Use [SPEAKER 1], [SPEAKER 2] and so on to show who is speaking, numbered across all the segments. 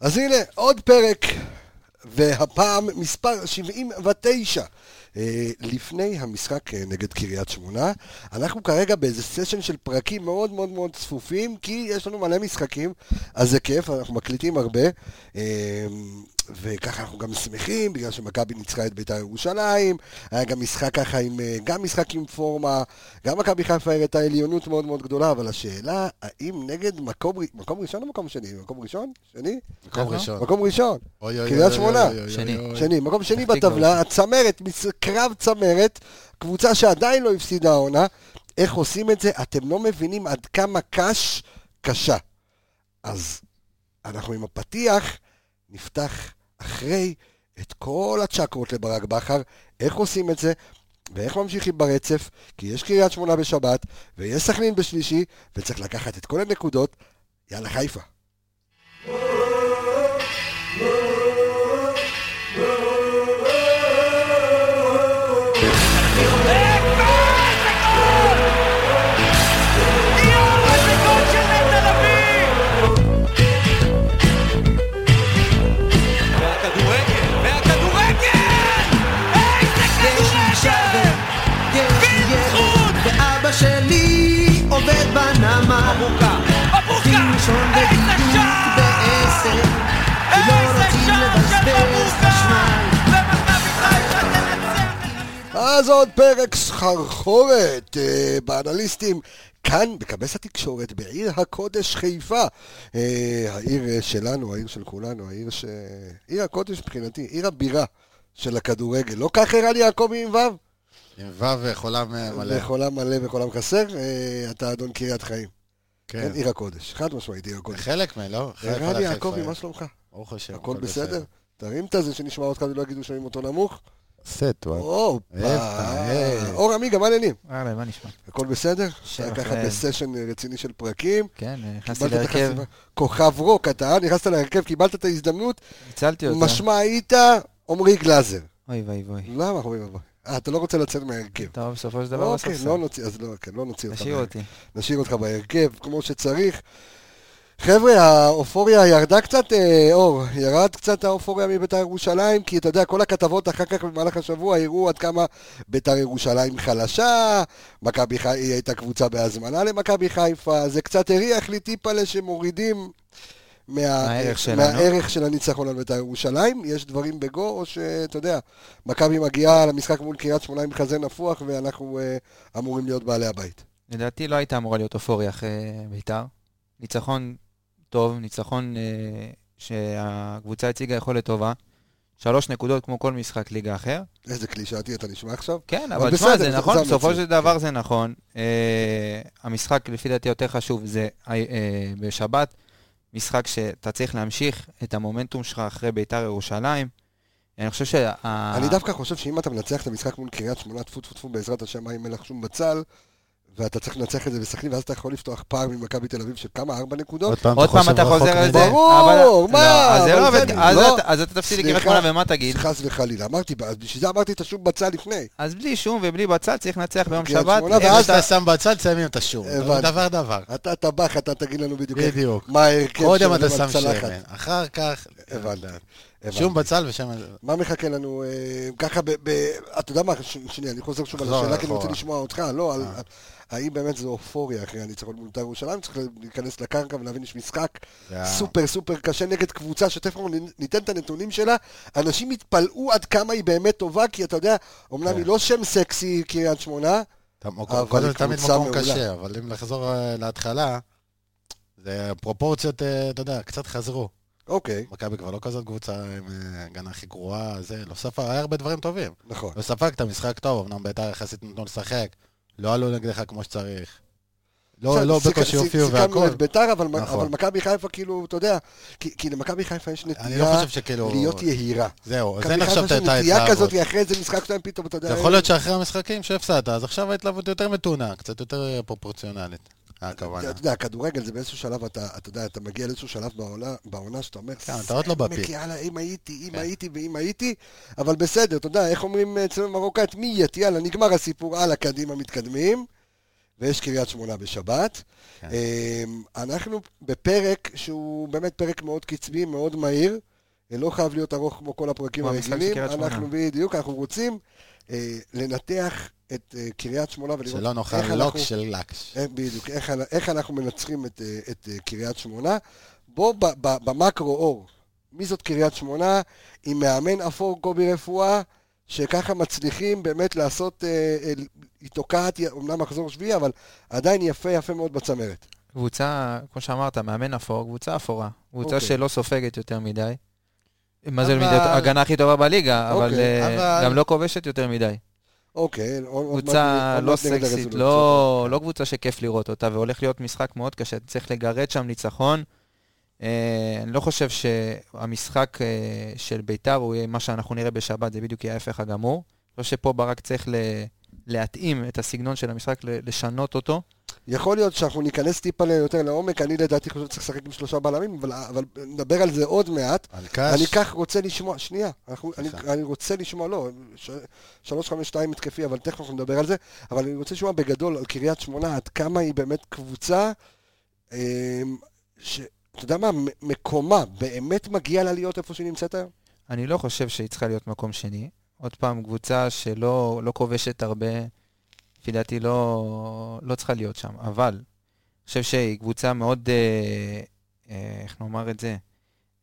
[SPEAKER 1] אז הנה, עוד פרק, והפעם מספר 79. אה, לפני המשחק אה, נגד קריית שמונה, אנחנו כרגע באיזה סשן של פרקים מאוד מאוד מאוד צפופים, כי יש לנו מלא משחקים, אז זה כיף, אנחנו מקליטים הרבה, אה, וככה אנחנו גם שמחים, בגלל שמכבי ניצחה את בית"ר ירושלים, היה גם משחק ככה עם, אה, גם משחק עם פורמה, גם מכבי חיפה הראתה עליונות מאוד מאוד גדולה, אבל השאלה, האם נגד מקום, ר- מקום ראשון או מקום שני? מקום ראשון? שני?
[SPEAKER 2] מקום ראשון.
[SPEAKER 1] מקום ראשון.
[SPEAKER 2] אוי, אוי,
[SPEAKER 1] נכון. אוקיי. קריית
[SPEAKER 2] אוי,
[SPEAKER 1] שמונה.
[SPEAKER 2] אוי, אוי,
[SPEAKER 3] שני.
[SPEAKER 2] אוי, אוי.
[SPEAKER 1] שני, מקום שני
[SPEAKER 3] פתח תקווה.
[SPEAKER 1] בטבלה, הצמרת, מס- קרב צמרת, קבוצה שעדיין לא הפסידה העונה. איך עושים את זה? אתם לא מבינים עד כמה קש קשה. אז אנחנו עם הפתיח, נפתח אחרי את כל הצ'קרות לברק בכר, איך עושים את זה, ואיך ממשיכים ברצף, כי יש קריית שמונה בשבת, ויש סכנין בשלישי, וצריך לקחת את כל הנקודות. יאללה חיפה.
[SPEAKER 4] והכדורגל, והכדורגל! איזה כדורגל! בזכות!
[SPEAKER 5] ואבא שלי עובד בנמל,
[SPEAKER 4] מבוקה, מבוקה! איזה שער!
[SPEAKER 3] לא
[SPEAKER 4] איזה שער של מבוקה! ומכבי חיפה תנצח את
[SPEAKER 1] אז עוד פרק סחרחורת אה, באנליסטים כאן, בכבש התקשורת, בעיר הקודש חיפה. אה, העיר אה, שלנו, העיר של כולנו, העיר ש... עיר הקודש מבחינתי, עיר הבירה של הכדורגל. לא כך ערן יעקבי עם ו'?
[SPEAKER 2] עם ו' וחולם
[SPEAKER 1] נכון.
[SPEAKER 2] אה, מלא.
[SPEAKER 1] וחולם מלא וחולם חסר, אה, אתה אדון קריית חיים. כן, עיר הקודש, חד משמעית עיר הקודש.
[SPEAKER 2] חלק מהם, לא? חלק
[SPEAKER 1] ערן
[SPEAKER 2] מלא
[SPEAKER 1] יעקבי,
[SPEAKER 2] חיפה.
[SPEAKER 1] מה שלומך?
[SPEAKER 2] ברוך השם.
[SPEAKER 1] כן, הכל בסדר? תרים את הזה שנשמע אותך ולא יגידו שומעים אותו נמוך.
[SPEAKER 2] סט, וואו. איפה,
[SPEAKER 1] הופה.
[SPEAKER 2] אה.
[SPEAKER 1] אור עמיגה, מה העניינים?
[SPEAKER 3] וואלה, מה נשמע?
[SPEAKER 1] הכל בסדר?
[SPEAKER 3] שלום,
[SPEAKER 1] היה ככה
[SPEAKER 3] כן.
[SPEAKER 1] בסשן רציני של פרקים.
[SPEAKER 3] כן, נכנסתי
[SPEAKER 1] קיבלת את
[SPEAKER 3] להרכב,
[SPEAKER 1] החסימה. כוכב רוק, אתה אה? נכנסת להרכב, קיבלת את ההזדמנות,
[SPEAKER 3] ניצלתי אותה.
[SPEAKER 1] משמע היית עמרי גלאזר.
[SPEAKER 3] אוי ואי ואי.
[SPEAKER 1] למה אנחנו אומרים אבל? אה, אתה לא רוצה לצאת מההרכב.
[SPEAKER 3] טוב, בסופו של דבר
[SPEAKER 1] אוקיי,
[SPEAKER 3] בספסל.
[SPEAKER 1] לא נוציא, אז לא, כן, לא נוציא אותך.
[SPEAKER 3] תשאיר
[SPEAKER 1] מה-
[SPEAKER 3] אותי.
[SPEAKER 1] נשאיר אותך בהרכב, כמו שצריך. חבר'ה, האופוריה ירדה קצת, אה, אור, ירד קצת האופוריה מביתר ירושלים, כי אתה יודע, כל הכתבות אחר כך במהלך השבוע הראו עד כמה ביתר ירושלים חלשה, מכבי חיפה, היא הייתה קבוצה בהזמנה למכבי חיפה, זה קצת הריח לי טיפלה שמורידים מה,
[SPEAKER 3] מהערך שלנו.
[SPEAKER 1] מהערך של הניצחון על ביתר ירושלים. יש דברים בגו, או שאתה יודע, מכבי מגיעה למשחק מול קריית שמונה עם חזה נפוח, ואנחנו אה, אמורים להיות בעלי הבית.
[SPEAKER 3] לדעתי לא הייתה אמורה להיות אופוריה אחרי בית"ר. ניצחון טוב, ניצחון אה, שהקבוצה הציגה יכולת טובה. שלוש נקודות כמו כל משחק ליגה אחר.
[SPEAKER 1] איזה קלישאתי אתה נשמע עכשיו.
[SPEAKER 3] כן,
[SPEAKER 1] אבל
[SPEAKER 3] אבל תשמע,
[SPEAKER 1] בסדר,
[SPEAKER 3] זה
[SPEAKER 1] זה-
[SPEAKER 3] נכון,
[SPEAKER 1] זה
[SPEAKER 3] בסופו
[SPEAKER 1] המציאות.
[SPEAKER 3] של דבר זה נכון. אה, המשחק, לפי דעתי, יותר חשוב זה אה, אה, בשבת, משחק שאתה צריך להמשיך את המומנטום שלך אחרי בית"ר ירושלים. אני חושב שה...
[SPEAKER 2] אה.
[SPEAKER 1] אני דווקא חושב שאם אתה מנצח את המשחק מול קריית שמונה, טפו טפו טפו, בעזרת השם, מים מלח שום בצל, ואתה צריך לנצח את זה בסכנין, ואז אתה יכול לפתוח פער ממכבי תל אביב של כמה? ארבע נקודות?
[SPEAKER 2] עוד פעם
[SPEAKER 3] עוד פעם אתה
[SPEAKER 2] רחוק
[SPEAKER 3] חוזר על
[SPEAKER 2] מדי.
[SPEAKER 3] זה.
[SPEAKER 1] ברור,
[SPEAKER 3] אבל-
[SPEAKER 1] מה?
[SPEAKER 3] לא, אז זה
[SPEAKER 1] אבל
[SPEAKER 3] לא
[SPEAKER 1] זה
[SPEAKER 3] עובד,
[SPEAKER 1] אני-
[SPEAKER 3] אז
[SPEAKER 1] לא.
[SPEAKER 3] אתה- אז אתה תפסיד לקריית
[SPEAKER 1] סליחה.
[SPEAKER 3] שמונה ומה תגיד?
[SPEAKER 1] חס וחלילה. אמרתי, אז בשביל זה אמרתי את השום בצל לפני.
[SPEAKER 3] אז בלי שום ובלי בצל צריך לנצח ביום
[SPEAKER 1] קריית
[SPEAKER 3] שבת.
[SPEAKER 1] שמונה,
[SPEAKER 3] איפה
[SPEAKER 2] איפה
[SPEAKER 1] ואז
[SPEAKER 3] שאתה-
[SPEAKER 2] שאתה שם בצד, שמים את השום. לא,
[SPEAKER 1] הבנתי.
[SPEAKER 2] דבר דבר.
[SPEAKER 1] אתה טבח, אתה תגיד לנו בדיוק איך-
[SPEAKER 2] בדיוק.
[SPEAKER 1] מה ההרכב
[SPEAKER 2] קודם
[SPEAKER 1] שלנו
[SPEAKER 2] אתה שם
[SPEAKER 1] בצלחת.
[SPEAKER 2] שמן, אחר כך...
[SPEAKER 1] הבנתי. הבנתי.
[SPEAKER 2] שום בצל ושמן...
[SPEAKER 1] מה מחכה לנו אה, ככה ב... ב- אתה יודע מה, ש- שנייה, אני חוזר שוב על
[SPEAKER 2] חזור
[SPEAKER 1] השאלה, כי אני
[SPEAKER 2] אחורה.
[SPEAKER 1] רוצה לשמוע אותך, לא, על-
[SPEAKER 2] אה.
[SPEAKER 1] על- האם באמת זו אופוריה אחרי הניצחון מול בית"ר ירושלים? צריך להיכנס לקרקע ולהבין יש משחק
[SPEAKER 2] זה ה-
[SPEAKER 1] סופר סופר קשה נגד קבוצה שתכף אנחנו ניתן את הנתונים שלה, אנשים יתפלאו עד כמה היא באמת טובה, כי אתה יודע, אמנם
[SPEAKER 2] כן.
[SPEAKER 1] היא לא שם סקסי קריית שמונה,
[SPEAKER 2] אתה-
[SPEAKER 1] אבל
[SPEAKER 2] קודם
[SPEAKER 1] היא
[SPEAKER 2] תמיד
[SPEAKER 1] קבוצה
[SPEAKER 2] מקום
[SPEAKER 1] מעולה.
[SPEAKER 2] קשה, אבל אם לחזור אה, להתחלה, זה פרופורציות, אה, אתה יודע, קצת חזרו.
[SPEAKER 1] אוקיי,
[SPEAKER 2] מכבי כבר לא כזאת קבוצה עם אה, הגנה הכי גרועה, זה, לא ספג, היה הרבה דברים טובים.
[SPEAKER 1] נכון.
[SPEAKER 2] לא ספגת משחק טוב, אמנם בית"ר יחסית נתנו לשחק, לא עלו נגדך כמו שצריך. לא,
[SPEAKER 1] בסדר,
[SPEAKER 2] לא
[SPEAKER 1] סיכ-
[SPEAKER 2] בקושי
[SPEAKER 1] סיכ-
[SPEAKER 2] הופיעו
[SPEAKER 1] סיכמנו
[SPEAKER 2] והכל.
[SPEAKER 1] את בית"ר, אבל-
[SPEAKER 2] נכון.
[SPEAKER 1] אבל מכבי חיפה כאילו, אתה יודע, כי כי למכבי חיפה יש
[SPEAKER 2] אני לא
[SPEAKER 1] נטייה
[SPEAKER 2] חושב שכאילו...
[SPEAKER 1] להיות יהירה.
[SPEAKER 2] זהו, אז
[SPEAKER 1] מכבי
[SPEAKER 2] אין עכשיו
[SPEAKER 1] חיפה
[SPEAKER 2] את
[SPEAKER 1] יש נטייה
[SPEAKER 2] ההתלהבות.
[SPEAKER 1] כזאת, אה, אחרי איזה משחק שלהם פתאום, אתה יודע...
[SPEAKER 2] זה יכול להיות שאחרי המשחקים שהפסדת, אז עכשיו ההתלהבות יותר מתונה, קצת יותר פרופורציונלית. אה,
[SPEAKER 1] אתה
[SPEAKER 2] הכוונה.
[SPEAKER 1] אתה יודע, כדורגל זה באיזשהו שלב, אתה אתה יודע, אתה מגיע לאיזשהו שלב בעונה- בעונה שאתה אומר,
[SPEAKER 2] כן, אתה עוד לא בפיק.
[SPEAKER 1] "סמק, יאללה, אם הייתי, אם
[SPEAKER 2] כן.
[SPEAKER 1] הייתי ואם הייתי, אבל בסדר, אתה יודע, איך אומרים אצלנו במרוקאית, מי יט, יאללה, נגמר הסיפור, הלאה, קדימה, מתקדמים. ויש קריית שמונה בשבת.
[SPEAKER 2] כן.
[SPEAKER 1] אמ, אנחנו בפרק שהוא באמת פרק מאוד קצבי, מאוד מהיר. אה, לא חייב להיות ארוך כמו כל הפרקים
[SPEAKER 3] כמו המשחק של
[SPEAKER 1] הרגילים.
[SPEAKER 3] קריית שמונה.
[SPEAKER 1] אנחנו בדיוק, אנחנו רוצים אה, לנתח את אה, קריית שמונה ולראות
[SPEAKER 2] שלא נאכל
[SPEAKER 1] איך
[SPEAKER 2] לוק
[SPEAKER 1] אנחנו-
[SPEAKER 2] של לקש.
[SPEAKER 1] אה, בדיוק, איך, אנ- איך אנחנו מנצחים את, אה, את אה, קריית שמונה. בוא ב- ב- במקרו אור, מי זאת קריית שמונה? עם מאמן אפור קובי רפואה, שככה מצליחים באמת לעשות, אה, אה, היא תוקעת, היא אומנם מחזור שביעי, אבל עדיין יפה יפה מאוד בצמרת.
[SPEAKER 3] קבוצה, כמו שאמרת, מאמן אפור, קבוצה אפורה. קבוצה
[SPEAKER 1] אוקיי.
[SPEAKER 3] שלא סופגת יותר מדי. מה זה
[SPEAKER 2] אבל-
[SPEAKER 3] מידות? ההגנה הכי טובה בליגה, אבל
[SPEAKER 1] אוקיי,
[SPEAKER 3] אה,
[SPEAKER 2] אבל-
[SPEAKER 3] גם לא כובשת יותר מדי.
[SPEAKER 1] אוקיי, עוד- עוד מעט-
[SPEAKER 3] קבוצה
[SPEAKER 1] עוד
[SPEAKER 3] לא
[SPEAKER 1] מעט נרד
[SPEAKER 3] סקסית,
[SPEAKER 1] לרזולוציות.
[SPEAKER 3] לא לא קבוצה שכיף לראות אותה, והולך להיות משחק מאוד קשה, צריך לגרד שם ניצחון. אה, אני לא חושב שהמשחק אה, של ביתר הוא יהיה מה שאנחנו נראה בשבת, זה בדיוק יהיה ההפך הגמור. אני חושב שפה ברק צריך ל- להתאים את הסגנון של המשחק, ל- לשנות אותו.
[SPEAKER 1] יכול להיות שאנחנו ניכנס טיפה יותר לעומק, אני לדעתי חושב שצריך לשחק עם שלושה בלמים, אבל- אבל נדבר על זה עוד מעט.
[SPEAKER 2] על
[SPEAKER 1] אני
[SPEAKER 2] קש,
[SPEAKER 1] כך רוצה לשמוע, שנייה, אנחנו, אני,
[SPEAKER 2] סליחה.
[SPEAKER 1] אני רוצה לשמוע, לא, ש- 352 התקפי, אבל תכף אנחנו נדבר על זה, אבל אני רוצה לשמוע בגדול על קריית שמונה, עד כמה היא באמת קבוצה, אמ, ש- אתה יודע מה, מ- מקומה באמת מגיע לה להיות איפה שהיא נמצאת היום?
[SPEAKER 3] אני לא חושב שהיא צריכה להיות מקום שני. עוד פעם, קבוצה שלא לא כובשת הרבה, לפי דעתי לא, לא צריכה להיות שם. אבל, אני חושב שהיא קבוצה מאוד, אה, אה, איך נאמר את זה,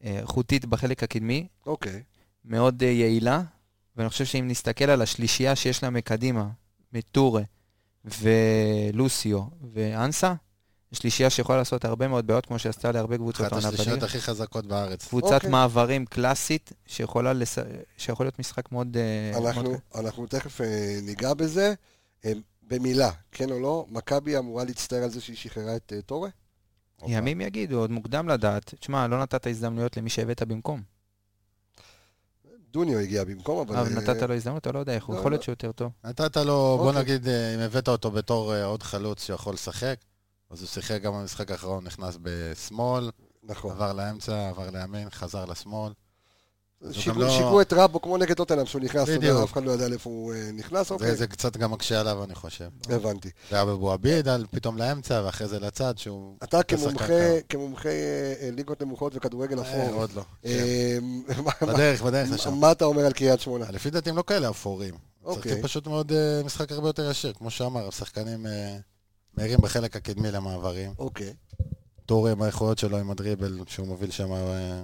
[SPEAKER 3] אה, חוטית בחלק הקדמי,
[SPEAKER 1] אוקיי.
[SPEAKER 3] מאוד אה, יעילה, ואני חושב שאם נסתכל על השלישייה שיש לה מקדימה, מטורה ולוסיו ואנסה, שלישייה שיכולה לעשות הרבה מאוד בעיות, כמו שעשתה להרבה קבוצות
[SPEAKER 2] אחת
[SPEAKER 3] העונה
[SPEAKER 2] השלישיות
[SPEAKER 3] בליגה.
[SPEAKER 2] הכי חזקות בארץ.
[SPEAKER 3] קבוצת
[SPEAKER 1] אוקיי.
[SPEAKER 3] okay. מעברים קלאסית, שיכולה לס... שיכול להיות משחק מאוד... אה,
[SPEAKER 1] אנחנו,
[SPEAKER 3] מאוד...
[SPEAKER 1] אנחנו תכף אה, ניגע בזה. אמ, במילה, כן או לא, מכבי אמורה להצטער על זה שהיא שחררה את אה, טורה?
[SPEAKER 3] ימים יגידו, עוד מוקדם לדעת. תשמע, לא נתת הזדמנויות למי שהבאת במקום.
[SPEAKER 1] דוניו הגיע במקום, אבל...
[SPEAKER 3] אבל
[SPEAKER 1] אה,
[SPEAKER 3] נתת לו הזדמנות, אתה לא יודע איך הוא.
[SPEAKER 1] לא,
[SPEAKER 3] יכול
[SPEAKER 1] לא.
[SPEAKER 3] להיות שהוא יותר טוב.
[SPEAKER 2] נתת לו, בוא
[SPEAKER 1] אוקיי.
[SPEAKER 2] נגיד, אה, אם הבאת אותו בתור אה, עוד חלוץ שיכול לשחק, אז הוא שיחק גם במשחק האחרון, נכנס בשמאל,
[SPEAKER 1] נכון.
[SPEAKER 2] עבר לאמצע, עבר לימין, חזר לשמאל. גם
[SPEAKER 1] שיקרו
[SPEAKER 2] לא-
[SPEAKER 1] שיקרו את רבו כמו נגד טוטנאם שהוא נכנס, אתה יודע,
[SPEAKER 2] בדיוק.
[SPEAKER 1] אף אחד לא ידע לאיפה הוא אה, נכנס, אוקיי,
[SPEAKER 2] זה- זה קצת גם מקשה עליו, אני חושב.
[SPEAKER 1] הבנתי.
[SPEAKER 2] זה היה בבו עביד, על פתאום לאמצע, ואחרי זה לצד, שהוא...
[SPEAKER 1] אתה
[SPEAKER 2] שחקן
[SPEAKER 1] כמומחה, כמומחה אה, ליגות נמוכות וכדורגל
[SPEAKER 2] אה,
[SPEAKER 1] אפור,
[SPEAKER 2] עוד כן. לא.
[SPEAKER 1] נכון. אה, מה-
[SPEAKER 2] בדרך, בדרך
[SPEAKER 1] מה-
[SPEAKER 2] לשם.
[SPEAKER 1] מה אתה אומר על קריית שמונה?
[SPEAKER 2] לפי דעתי הם לא כאלה אפורים.
[SPEAKER 1] אוקיי.
[SPEAKER 2] צריך פשוט מאוד אה, משחק הרבה יותר ישיר, כמו שאמר, השחקנים אה, מהירים בחלק הקדמי למעברים.
[SPEAKER 1] אוקיי.
[SPEAKER 2] טורי עם האיכויות שלו עם הדריבל, שהוא מוביל שם אה,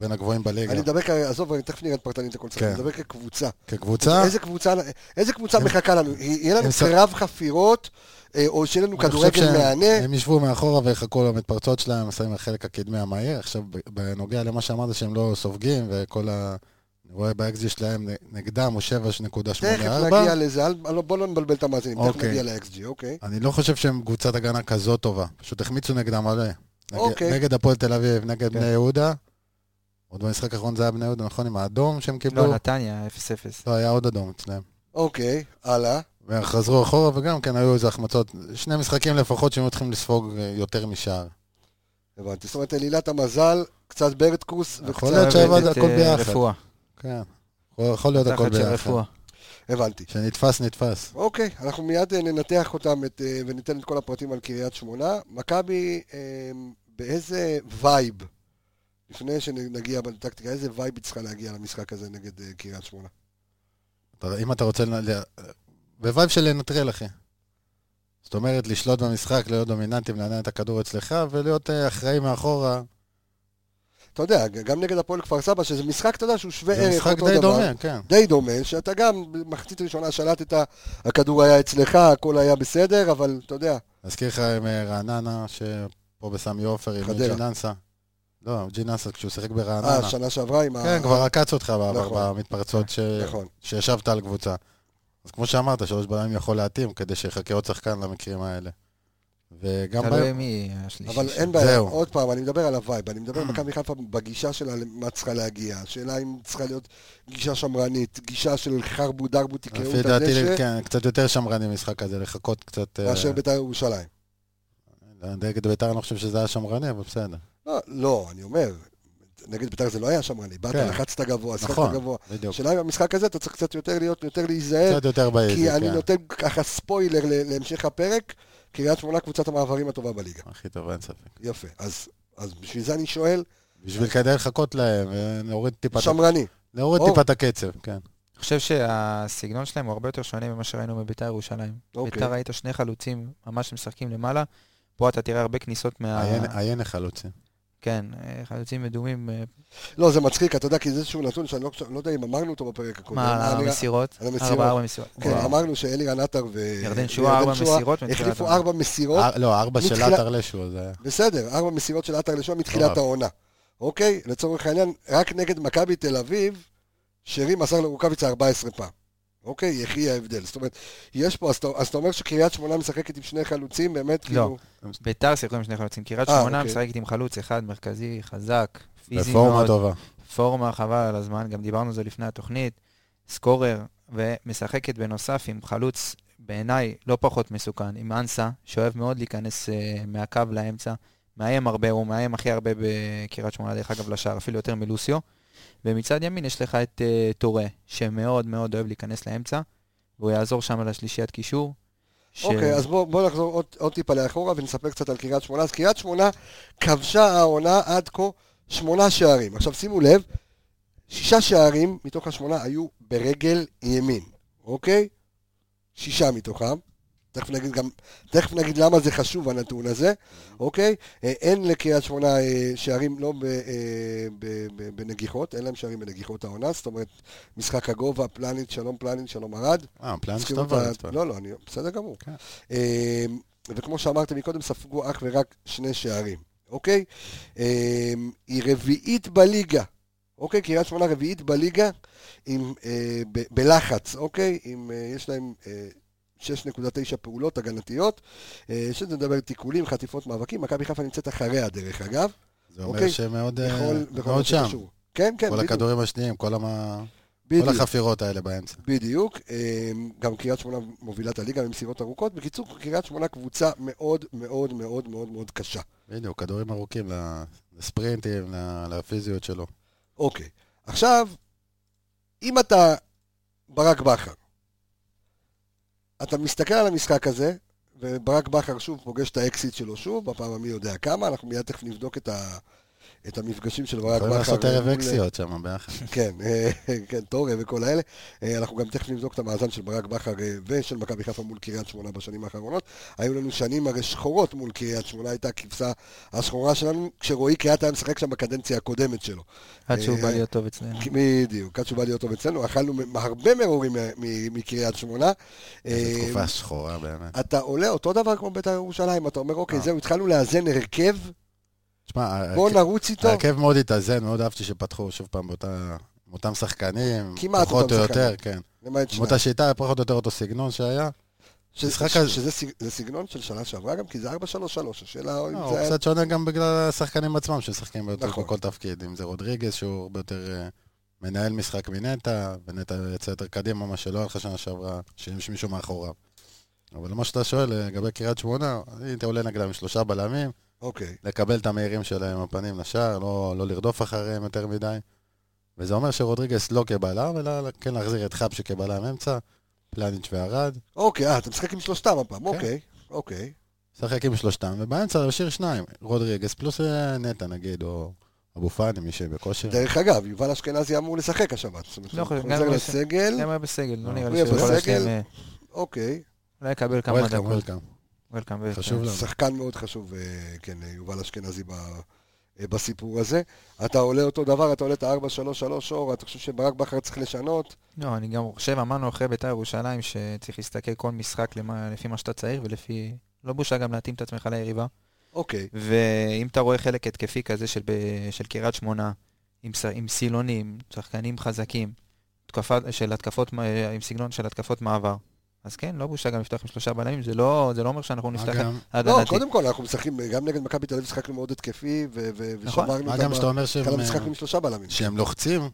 [SPEAKER 2] בין הגבוהים בליגה.
[SPEAKER 1] אני מדבר, כ- עזוב, אני תכף נראה פרטנית הכל צריך,
[SPEAKER 2] כן.
[SPEAKER 1] אני מדבר כקבוצה.
[SPEAKER 2] כקבוצה,
[SPEAKER 1] איזה קבוצה- איזה קבוצה
[SPEAKER 2] הם-
[SPEAKER 1] מחכה לנו? יהיה לנו
[SPEAKER 2] הם ש-
[SPEAKER 1] קרב חפירות, אה, או שיהיה לנו
[SPEAKER 2] אני חושב
[SPEAKER 1] כדורגל
[SPEAKER 2] שהם-
[SPEAKER 1] מהנה?
[SPEAKER 2] הם ישבו מאחורה ויחכו למתפרצות שלהם, שמים לחלק הקדמי המהיר. עכשיו, ב- בנוגע למה שאמרת שהם לא סופגים, וכל ה... אני רואה באקזי שלהם נ- נגדם הוא 7.84.
[SPEAKER 1] תכף נגיע לזה, אל- לא- בוא לא נבלבל את המאזינים, תכף
[SPEAKER 2] אוקיי.
[SPEAKER 1] נגיע ל-XG, אוקיי?
[SPEAKER 2] אני לא חושב שהם קבוצת הגנה כזאת טובה, פשוט החמיצו נגדם מלא. נגד-
[SPEAKER 1] אוקיי.
[SPEAKER 2] נגד הפועל תל אביב, נגד
[SPEAKER 3] כן.
[SPEAKER 2] בני יהודה. עוד במשחק האחרון זה היה בני יהודה, נכון? עם האדום שהם קיבלו?
[SPEAKER 3] לא, נתניה, 0-0.
[SPEAKER 2] לא, היה עוד אדום אצלם.
[SPEAKER 1] אוקיי, הלאה.
[SPEAKER 2] והם חזרו אחורה, וגם כן היו איזה החמצות. שני משחקים לפחות שהם היו צריכים לספוג אה, יותר משער.
[SPEAKER 1] הבנתי. זאת אומרת, עלילת המזל, קצת ברטקוס
[SPEAKER 2] יכול
[SPEAKER 1] וקצת...
[SPEAKER 2] להיות שעבד
[SPEAKER 3] אוהבת את,
[SPEAKER 2] הכל
[SPEAKER 3] אה,
[SPEAKER 2] ביחד.
[SPEAKER 3] רפואה.
[SPEAKER 2] כן. יכול- יכול להיות הכל
[SPEAKER 3] תחת של
[SPEAKER 2] ביחד.
[SPEAKER 3] רפואה.
[SPEAKER 1] הבנתי.
[SPEAKER 2] שנתפס, נתפס.
[SPEAKER 1] אוקיי, אנחנו מיד אה, ננתח אותם את, אה, וניתן את כל הפרטים על קריית שמונה. מכבי, אה, באיזה וייב, לפני שנגיע בטקטיקה, איזה וייב היא צריכה להגיע למשחק הזה נגד אה, קריית שמונה?
[SPEAKER 2] אתה- אם אתה רוצה... לנ- ל- בווייב של לנטרל, אחי. זאת אומרת, לשלוט במשחק, להיות דומיננטים, לעניין את הכדור אצלך, ולהיות אה, אחראי מאחורה.
[SPEAKER 1] אתה יודע, ג- גם נגד הפועל כפר סבא, שזה משחק, אתה יודע, שהוא שווה
[SPEAKER 2] זה
[SPEAKER 1] ערך,
[SPEAKER 2] משחק
[SPEAKER 1] אותו
[SPEAKER 2] די
[SPEAKER 1] דבר.
[SPEAKER 2] דומה, כן.
[SPEAKER 1] די דומה, שאתה גם במחצית הראשונה שלטת, הכדור היה אצלך, הכל היה בסדר, אבל אתה יודע,
[SPEAKER 2] אזכיר לך עם אה, רעננה, שפה בסמי עופר, עם
[SPEAKER 1] חדרה.
[SPEAKER 2] ג'יננסה. לא, עם ג'יננסה, כשהוא שיחק ברעננה.
[SPEAKER 1] אה, שנה שעברה עם ה...
[SPEAKER 2] כן, כבר עקץ אותך בעבר,
[SPEAKER 1] נכון.
[SPEAKER 2] במתפרצות ש-
[SPEAKER 1] נכון.
[SPEAKER 2] שישבת על קבוצה. אז כמו שאמרת, שלוש בלמים יכול להתאים, כדי שיחכה עוד שחקן למקרים האלה. וגם
[SPEAKER 3] תלוי
[SPEAKER 2] בהם,
[SPEAKER 3] מי השלישי.
[SPEAKER 1] אבל
[SPEAKER 3] שם.
[SPEAKER 1] אין בעיה,
[SPEAKER 2] זהו. אה.
[SPEAKER 1] עוד פעם, אני מדבר על הווייב, אני מדבר על מכבי חיפה בגישה שלה, למה צריכה להגיע. השאלה אם צריכה להיות גישה שמרנית, גישה של חרבו דרבו תקראו
[SPEAKER 2] לפי
[SPEAKER 1] את
[SPEAKER 2] דעתי,
[SPEAKER 1] הדשא,
[SPEAKER 2] כן, קצת יותר שמרני משחק הזה, לחכות קצת... אה,
[SPEAKER 1] מאשר בית"ר ירושלים.
[SPEAKER 2] נגד בית"ר אני לא חושב שזה היה שמרני, אבל בסדר.
[SPEAKER 1] לא, לא, אני אומר, נגד בית"ר זה לא היה שמרני, באת,
[SPEAKER 2] כן.
[SPEAKER 1] לחצת גבוה, שחקת
[SPEAKER 2] נכון,
[SPEAKER 1] גבוה.
[SPEAKER 2] בדיוק.
[SPEAKER 1] השאלה אם במשחק הזה אתה צריך קצת יותר להיות, יותר להיזהר,
[SPEAKER 2] קצת יותר בעיר.
[SPEAKER 1] כי
[SPEAKER 2] זה,
[SPEAKER 1] אני לא-
[SPEAKER 2] כן.
[SPEAKER 1] נותן ככה ספוילר ל- להמשך הפרק, קריית שמונה קבוצת המעברים הטובה בליגה.
[SPEAKER 2] הכי טוב, אין ספק.
[SPEAKER 1] יפה, אז אז בשביל זה אני שואל,
[SPEAKER 2] בשביל כדאי לחכות להם, אה, להוריד טיפה את-
[SPEAKER 1] שמרני.
[SPEAKER 2] להוריד
[SPEAKER 1] אור.
[SPEAKER 2] טיפה את הקצב, כן.
[SPEAKER 3] אני חושב שהסגנון שלהם הוא הרבה יותר שונה ממה שראינו בביתר ירושלים.
[SPEAKER 1] אוקיי.
[SPEAKER 3] ביתר ראית שני חלוצים ממש משחקים למעלה, פה אתה תראה הרבה כניסות מה...
[SPEAKER 2] עיין- עיין החלוצים.
[SPEAKER 3] כן, אה, חלוצים מדומים, אה,
[SPEAKER 1] לא, זה מצחיק, אתה יודע, כי זה איזשהו נתון שאני לא, לא יודע אם אמרנו אותו בפרק הקודם.
[SPEAKER 3] מה,
[SPEAKER 1] אני-
[SPEAKER 3] המסירות?
[SPEAKER 1] על המסירות.
[SPEAKER 3] ארבע, ארבע מסירות.
[SPEAKER 1] כן,
[SPEAKER 3] וואו.
[SPEAKER 1] אמרנו שאלירן עטר ו...
[SPEAKER 3] ירדן שועה, ארבע
[SPEAKER 1] וירדן שועה
[SPEAKER 3] מסירות. מתחילת
[SPEAKER 1] אה, החליפו
[SPEAKER 3] העונה.
[SPEAKER 1] ארבע מסירות,
[SPEAKER 2] אה, לא, ארבע של
[SPEAKER 1] מתחילה-
[SPEAKER 2] עטר לשו, זה היה.
[SPEAKER 1] בסדר, ארבע מסירות של עטר לשועה מתחילת
[SPEAKER 2] מטורף.
[SPEAKER 1] העונה. אוקיי? לצורך העניין, רק נגד מכבי תל אביב, שרי מסר לרוקאביצה 14 פעם. אוקיי? יחי ההבדל. זאת אומרת, יש פה, אז אתה- אז אתה אומר שקריית שמונה משחקת עם שני חלוצים, באמת,
[SPEAKER 3] לא.
[SPEAKER 1] כאילו...
[SPEAKER 3] ביתר שיחקו עם שני חלוצים, קריית
[SPEAKER 1] אה,
[SPEAKER 3] שמונה
[SPEAKER 1] אוקיי.
[SPEAKER 3] משחקת עם חלוץ אחד מרכזי, חזק, פיזי
[SPEAKER 2] בפורמה
[SPEAKER 3] מאוד,
[SPEAKER 2] טובה.
[SPEAKER 3] פורמה חבל על הזמן, גם דיברנו על זה לפני התוכנית, סקורר, ומשחקת בנוסף עם חלוץ, בעיניי לא פחות מסוכן, עם אנסה, שאוהב מאוד להיכנס אה, מהקו לאמצע, מאיים הרבה, הוא מאיים הכי הרבה בקריית שמונה, דרך אגב, לשער, אפילו יותר מלוסיו. ומצד ימין יש לך את אה, טורה, שמאוד מאוד אוהב להיכנס לאמצע, והוא יעזור שם על השלישיית קישור. ש-
[SPEAKER 1] אוקיי, אז בואו בוא נחזור עוד, עוד טיפה לאחורה ונספר קצת על קריית שמונה. אז קריית שמונה כבשה העונה עד כה שמונה שערים. עכשיו שימו לב, שישה שערים מתוך השמונה היו ברגל ימין, אוקיי? שישה מתוכם. תכף נגיד גם, תכף נגיד למה זה חשוב הנתון הזה, אוקיי? אה, אין לקריית שמונה אה, שערים לא ב, אה, ב, ב, בנגיחות, אין להם שערים בנגיחות העונה, זאת אומרת, משחק הגובה, פלניץ', שלום פלניץ', שלום ארד.
[SPEAKER 2] אה, פלנץ'
[SPEAKER 1] הזכירו
[SPEAKER 2] טוב.
[SPEAKER 1] את ה-
[SPEAKER 2] אבל טוב.
[SPEAKER 1] לא, לא, אני... בסדר גמור.
[SPEAKER 2] כן.
[SPEAKER 1] אמ, וכמו שאמרתי מקודם, ספגו אך ורק שני שערים, אוקיי? אמ, היא רביעית בליגה, אוקיי? קריית שמונה רביעית בליגה עם, אה, ב- בלחץ, אוקיי? עם, אה, יש להם אה, 6.9 פעולות הגנתיות, אה, שזה מדבר תיקולים, חטיפות, מאבקים. מכבי חיפה נמצאת אחריה, דרך אגב.
[SPEAKER 2] זה אומר
[SPEAKER 1] אוקיי.
[SPEAKER 2] שמאוד אה,
[SPEAKER 1] בכל- בכל מה
[SPEAKER 2] מאוד שם.
[SPEAKER 1] שקשור. כן, כן,
[SPEAKER 2] כל
[SPEAKER 1] בדיוק.
[SPEAKER 2] הכדורים השניים, כל המ- כל
[SPEAKER 1] בדיוק.
[SPEAKER 2] החפירות האלה באמצע.
[SPEAKER 1] בדיוק, אה, גם קריית שמונה מובילה את הליגה במסירות ארוכות. בקיצור, קריית שמונה קבוצה מאוד מאוד מאוד מאוד מאוד קשה.
[SPEAKER 2] בדיוק, כדורים ארוכים ל- לספרינטים, ל- לפיזיות שלו.
[SPEAKER 1] אוקיי, עכשיו, אם אתה ברק בכר, אתה מסתכל על המשחק הזה, וברק בכר שוב פוגש את האקסיט שלו שוב, בפעם המי יודע כמה, אנחנו מיד תכף נבדוק את, ה... את המפגשים של ברק בכר.
[SPEAKER 2] יכולים לעשות ערב
[SPEAKER 1] מול-
[SPEAKER 2] אקסיות שם ביחד.
[SPEAKER 1] כן, אה, כן, טורי וכל האלה. אה, אנחנו גם תכף נבדוק את המאזן של ברק בכר אה, ושל מכבי חיפה מול קריית שמונה בשנים האחרונות. היו לנו שנים הרי שחורות מול קריית שמונה, הייתה הכבשה השחורה שלנו, כשרועי קריית היה משחק שם בקדנציה הקודמת שלו.
[SPEAKER 3] עד שהוא
[SPEAKER 1] אה,
[SPEAKER 3] בא להיות טוב אצלנו.
[SPEAKER 1] בדיוק, עד שהוא בא להיות טוב אצלנו, אכלנו מ- הרבה מרורים מ- מ- מקריית שמונה.
[SPEAKER 2] איזו
[SPEAKER 1] אה,
[SPEAKER 2] תקופה שחורה באמת.
[SPEAKER 1] אתה עולה אותו דבר כמו בית"ר ירושלים, אתה אומר, אוקיי,
[SPEAKER 2] אה. כן.
[SPEAKER 1] זהו, התחלנו לאזן הרכב,
[SPEAKER 2] תשמע,
[SPEAKER 1] בוא
[SPEAKER 2] ההרכב-
[SPEAKER 1] נרוץ איתו.
[SPEAKER 2] ההרכב מאוד התאזן, מאוד אהבתי שפתחו שוב פעם באותה- עם אותם שחקנים.
[SPEAKER 1] כמעט
[SPEAKER 2] פחות
[SPEAKER 1] אותם
[SPEAKER 2] או
[SPEAKER 1] שחקנים.
[SPEAKER 2] יותר, כן.
[SPEAKER 1] למעט
[SPEAKER 2] עם
[SPEAKER 1] שניים.
[SPEAKER 2] אותה שיטה, פחות או יותר אותו סגנון שהיה.
[SPEAKER 1] שזה-
[SPEAKER 2] משחק
[SPEAKER 1] ש-
[SPEAKER 2] הזה-
[SPEAKER 1] שזה סג- זה סגנון של שנה שעברה גם, כי זה 4-3-3, השאלה אם
[SPEAKER 2] לא,
[SPEAKER 1] זה
[SPEAKER 2] הוא
[SPEAKER 1] היה
[SPEAKER 2] קצת שונה גם בגלל השחקנים עצמם שמשחקים יותר
[SPEAKER 1] נכון.
[SPEAKER 2] בכל תפקיד. אם זה רודריגז, שהוא הרבה יותר אה, מנהל משחק מנטע, ונטע יצא יותר קדימה, מה שלא היה לך שנה שעברה, שיש מישהו מאחוריו. אבל מה שאתה שואל אה, לגבי קריית שמונה, אני הייתי עולה נגדם עם שלושה בלמים,
[SPEAKER 1] אוקיי.
[SPEAKER 2] לקבל את המהירים שלהם עם הפנים לשער, לא, לא לרדוף אחריהם יותר מדי. וזה אומר שרודריגס לא כבלם, אלא כן להחזיר את חבשי כבלם אמצע, פלניץ' וערד,
[SPEAKER 1] אוקיי, אה, אתה משחק עם שלושתם הפעם,
[SPEAKER 2] כן.
[SPEAKER 1] אוקיי. אוקיי.
[SPEAKER 2] לשחק עם שלושתם, ובאמצע להשאיר שניים, רודריגס פלוס אה, נטע נגיד, או אבו פאני, מי שבכושר.
[SPEAKER 1] דרך אגב, יובל אשכנזי אמור לשחק השבת. זאת אומרת,
[SPEAKER 3] לא
[SPEAKER 1] הוא
[SPEAKER 3] חושב,
[SPEAKER 1] חוזר
[SPEAKER 3] גם לא-
[SPEAKER 1] לסגל,
[SPEAKER 3] גם היה בסגל, לא נראה
[SPEAKER 1] הוא
[SPEAKER 3] לי
[SPEAKER 1] יהיה
[SPEAKER 3] שהוא יכול
[SPEAKER 1] בסגל.
[SPEAKER 3] להשלים, אה,
[SPEAKER 1] אוקיי.
[SPEAKER 3] אולי יקבל כמה
[SPEAKER 2] וולקאם,
[SPEAKER 3] דקות.
[SPEAKER 2] וולקאם.
[SPEAKER 3] וולקאם, וולקאם.
[SPEAKER 2] חשוב לנו.
[SPEAKER 1] שחקן מאוד חשוב, אה, כן, אה, יובל אשכנזי ב... אה, בסיפור הזה. אתה עולה אותו דבר, אתה עולה את ה-4-3-3 אור, אתה חושב שברק בכר צריך לשנות?
[SPEAKER 3] לא, אני גם חושב, אמרנו אחרי בית"ר ירושלים שצריך להסתכל כל משחק למה, לפי מה שאתה צעיר ולפי... לא בושה גם להתאים את עצמך ליריבה.
[SPEAKER 1] אוקיי.
[SPEAKER 3] ואם אתה רואה חלק התקפי כזה של, ב- של קריית שמונה, עם, ס- עם סילונים, שחקנים חזקים, תקפה, של התקפות, מ- עם סגנון של התקפות מעבר, אז כן, לא בושה גם לפתוח עם שלושה בלמים, זה לא, זה לא אומר שאנחנו
[SPEAKER 2] מה
[SPEAKER 3] נפתח
[SPEAKER 2] גם-
[SPEAKER 1] לא,
[SPEAKER 3] הגנתי.
[SPEAKER 1] קודם כל, אנחנו משחקים, אה, גם נגד מכבי תל אביב שיחקנו מאוד התקפי, ו- ו-
[SPEAKER 3] נכון.
[SPEAKER 1] ושברנו
[SPEAKER 2] מה
[SPEAKER 1] אותם
[SPEAKER 2] גם שאתה אומר שהם,
[SPEAKER 1] בהתחלה
[SPEAKER 2] אה,
[SPEAKER 1] המשחק לא עם שלושה בלמים.
[SPEAKER 2] שהם לוחצים,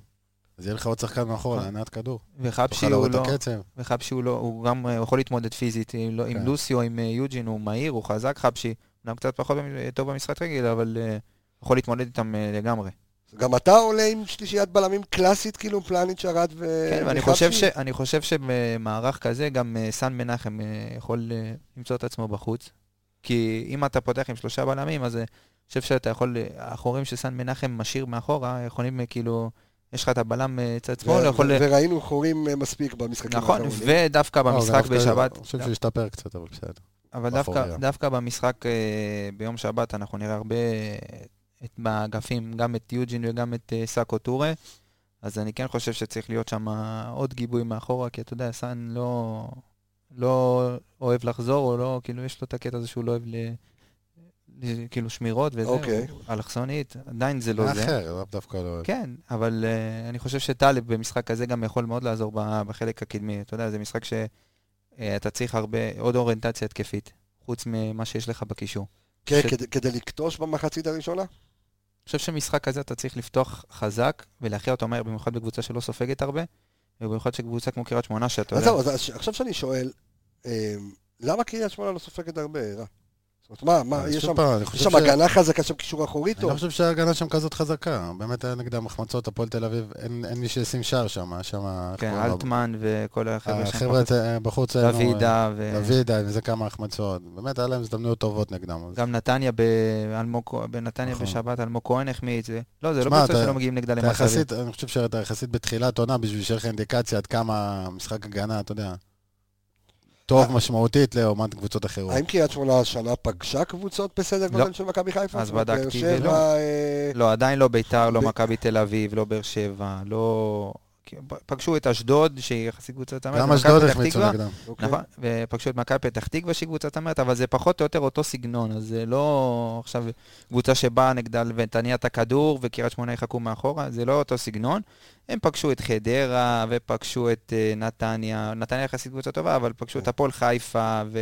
[SPEAKER 2] אז יהיה לך עוד שחקן מאחור
[SPEAKER 3] נכון.
[SPEAKER 2] להנעת כדור.
[SPEAKER 3] וחבשי
[SPEAKER 2] תוכל
[SPEAKER 3] הוא
[SPEAKER 2] להוריד את
[SPEAKER 3] לא...
[SPEAKER 2] הקצב.
[SPEAKER 3] וחבשי הוא לא, הוא גם אה, הוא יכול להתמודד פיזית עם, לא, עם
[SPEAKER 2] כן.
[SPEAKER 3] לוסיו, עם אה, יוג'ין, הוא מהיר, הוא חזק, חבשי, אמנם קצת פחות במ- טוב במשחק רגיל, אבל אה, יכול להתמודד איתם אה, לגמרי.
[SPEAKER 1] גם אתה עולה עם שלישיית בלמים קלאסית, כאילו פלניץ' ארד ו...
[SPEAKER 3] כן, ואני
[SPEAKER 1] וחבשי?
[SPEAKER 3] חושב, ש... אני חושב שבמערך כזה גם אה, סן מנחם אה, יכול אה, למצוא את עצמו בחוץ. כי אם אתה פותח עם שלושה בלמים, אז אה, אני חושב שאתה יכול, אה, החורים שסן מנחם משאיר מאחורה, יכולים אה, כאילו, יש לך את הבלם אה, צד
[SPEAKER 1] ו-
[SPEAKER 3] שמאל, הוא יכול...
[SPEAKER 1] ו- וראינו חורים אה, מספיק במשחקים
[SPEAKER 3] נכון,
[SPEAKER 1] האחרונים.
[SPEAKER 3] ודווקא
[SPEAKER 2] לא,
[SPEAKER 3] במשחק
[SPEAKER 2] דווקא-
[SPEAKER 3] בשבת, לא.
[SPEAKER 2] אני חושב שהשתפר קצת, אבל בסדר.
[SPEAKER 3] אבל
[SPEAKER 2] באחורי
[SPEAKER 3] דווקא,
[SPEAKER 2] גם.
[SPEAKER 3] דווקא במשחק אה, ביום שבת אנחנו נראה הרבה אה, את באגפים, גם את יוג'ין וגם את אה, סאקו טורה, אז אני כן חושב שצריך להיות שם עוד גיבוי מאחורה, כי אתה יודע, סאן לא, לא אוהב לחזור, או לא, כאילו יש לו את הקטע הזה שהוא לא אוהב ל... ל- כאילו שמירות וזה,
[SPEAKER 1] אוקיי.
[SPEAKER 3] הוא אלכסונית, עדיין זה לא זה.
[SPEAKER 2] אחר, לאו דווקא לא אוהב.
[SPEAKER 3] כן, אבל uh, אני חושב שטלב במשחק הזה גם יכול מאוד לעזור ב- בחלק הקדמי. אתה יודע, זה משחק שאתה צריך הרבה, עוד אוריינטציה התקפית, חוץ ממה שיש לך בקישור.
[SPEAKER 1] כן,
[SPEAKER 3] ש-
[SPEAKER 1] כדי- כדי לקטוש במחצית הראשונה?
[SPEAKER 3] אני חושב שמשחק כזה אתה צריך לפתוח חזק ולהכריע אותו מהר, במיוחד בקבוצה שלא סופגת הרבה, ובמיוחד שקבוצה כמו קריית שמונה, שאתה
[SPEAKER 1] אז
[SPEAKER 3] יודע...
[SPEAKER 1] זהו, אז ש- עכשיו שאני שואל, אה, למה קריית שמונה לא סופגת הרבה, רע? זאת אומרת, מה, מה,
[SPEAKER 2] אז
[SPEAKER 1] יש
[SPEAKER 2] שוב
[SPEAKER 1] שם-
[SPEAKER 2] פעם, אני
[SPEAKER 1] יש
[SPEAKER 2] חושב
[SPEAKER 1] שם
[SPEAKER 2] ש-
[SPEAKER 1] הגנה חזקה, שם קישור אחורי
[SPEAKER 2] אני
[SPEAKER 1] טוב.
[SPEAKER 2] לא חושב שההגנה שם כזאת חזקה, באמת היה נגדם החמצות, הפועל תל אביב, אין אין מי שישים שער שם, היה שם... איך
[SPEAKER 3] כן,
[SPEAKER 2] קוראים לו?
[SPEAKER 3] אלטמן וכל החבר'ה שם,
[SPEAKER 2] החבר'ה נכון, אה, בחוץ,
[SPEAKER 3] בחוץ,
[SPEAKER 2] היינו, אה,
[SPEAKER 3] דוידה, ו...
[SPEAKER 2] דוידה, עם איזה כמה החמצות, באמת היה להם הזדמנויות טובות נגדם. אז-
[SPEAKER 3] גם נתניה, ב... אלמוג... כ- בנתניה
[SPEAKER 2] נכון.
[SPEAKER 3] בשבת, אלמוג כהן החמיא את זה. לא, זה לא
[SPEAKER 2] תשמע,
[SPEAKER 3] קבוצה
[SPEAKER 2] אתה-
[SPEAKER 3] שלא מגיעים נגדה
[SPEAKER 2] אתה
[SPEAKER 3] למצבים.
[SPEAKER 2] יחסית, אני חושב שאתה יחסית בתחילת עונה, בשביל שיהיה לך אינדיקציה עד כמה משחק הגנה, אתה יודע, טוב משמעותית לעומת קבוצות אחרות.
[SPEAKER 1] אה, האם קריית שמונה השנה פגשה קבוצות בסדר
[SPEAKER 3] לא.
[SPEAKER 1] גודל של מכבי חיפה?
[SPEAKER 3] אז
[SPEAKER 1] זאת אומרת, באר
[SPEAKER 3] בדקתי
[SPEAKER 1] שבע,
[SPEAKER 3] ולא.
[SPEAKER 1] אה,
[SPEAKER 3] לא, עדיין לא ביתר, לא
[SPEAKER 1] ב-
[SPEAKER 3] מכבי תל אביב, לא באר שבע, לא... כי פגשו את אשדוד, שהיא יחסית קבוצת המרת.
[SPEAKER 2] גם
[SPEAKER 3] ומכבי
[SPEAKER 2] אשדוד
[SPEAKER 3] פתח
[SPEAKER 2] החמיצו כן.
[SPEAKER 3] תקווה,
[SPEAKER 2] נגדם.
[SPEAKER 1] אוקיי.
[SPEAKER 3] נכון, ופגשו את מכבי פתח תקווה שהיא קבוצת המרת, אבל זה פחות או יותר אותו סגנון, אז זה לא עכשיו קבוצה שבאה נגדה ותניע את הכדור וקריית שמונה יחכו מאחורה, זה לא אותו סגנון. הם פגשו את חדרה ופגשו את אה, נתניה, נתניה יחסית קבוצה טובה, אבל פגשו את הפועל חיפה ו-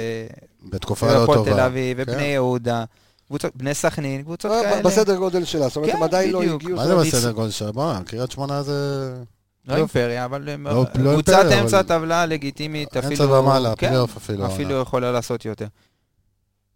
[SPEAKER 2] בתקופה כן. לא
[SPEAKER 3] והפועל תל
[SPEAKER 2] טובה.
[SPEAKER 3] אביב ובני יהודה, קבוצות- בני סכנין, קבוצות
[SPEAKER 1] אה,
[SPEAKER 3] כאלה.
[SPEAKER 1] בסדר גודל שלה, זאת אומרת,
[SPEAKER 3] כן,
[SPEAKER 1] הם עדיין לא
[SPEAKER 3] בדיוק.
[SPEAKER 1] הגיעו.
[SPEAKER 2] מה
[SPEAKER 1] זאת
[SPEAKER 2] זה
[SPEAKER 1] אומרת,
[SPEAKER 2] בסדר גודל של הבא? קריית שמונה זה
[SPEAKER 3] לא אימפריה, אבל הם-
[SPEAKER 2] לא- לא
[SPEAKER 3] קבוצת
[SPEAKER 2] אימפריה,
[SPEAKER 3] אמצע
[SPEAKER 2] אבל-
[SPEAKER 3] הטבלה לגיטימית, אפילו...
[SPEAKER 2] אמצע ומעלה,
[SPEAKER 3] כן,
[SPEAKER 2] פלייאוף אפילו.
[SPEAKER 3] אפילו
[SPEAKER 2] העונה.
[SPEAKER 3] יכולה לעשות יותר.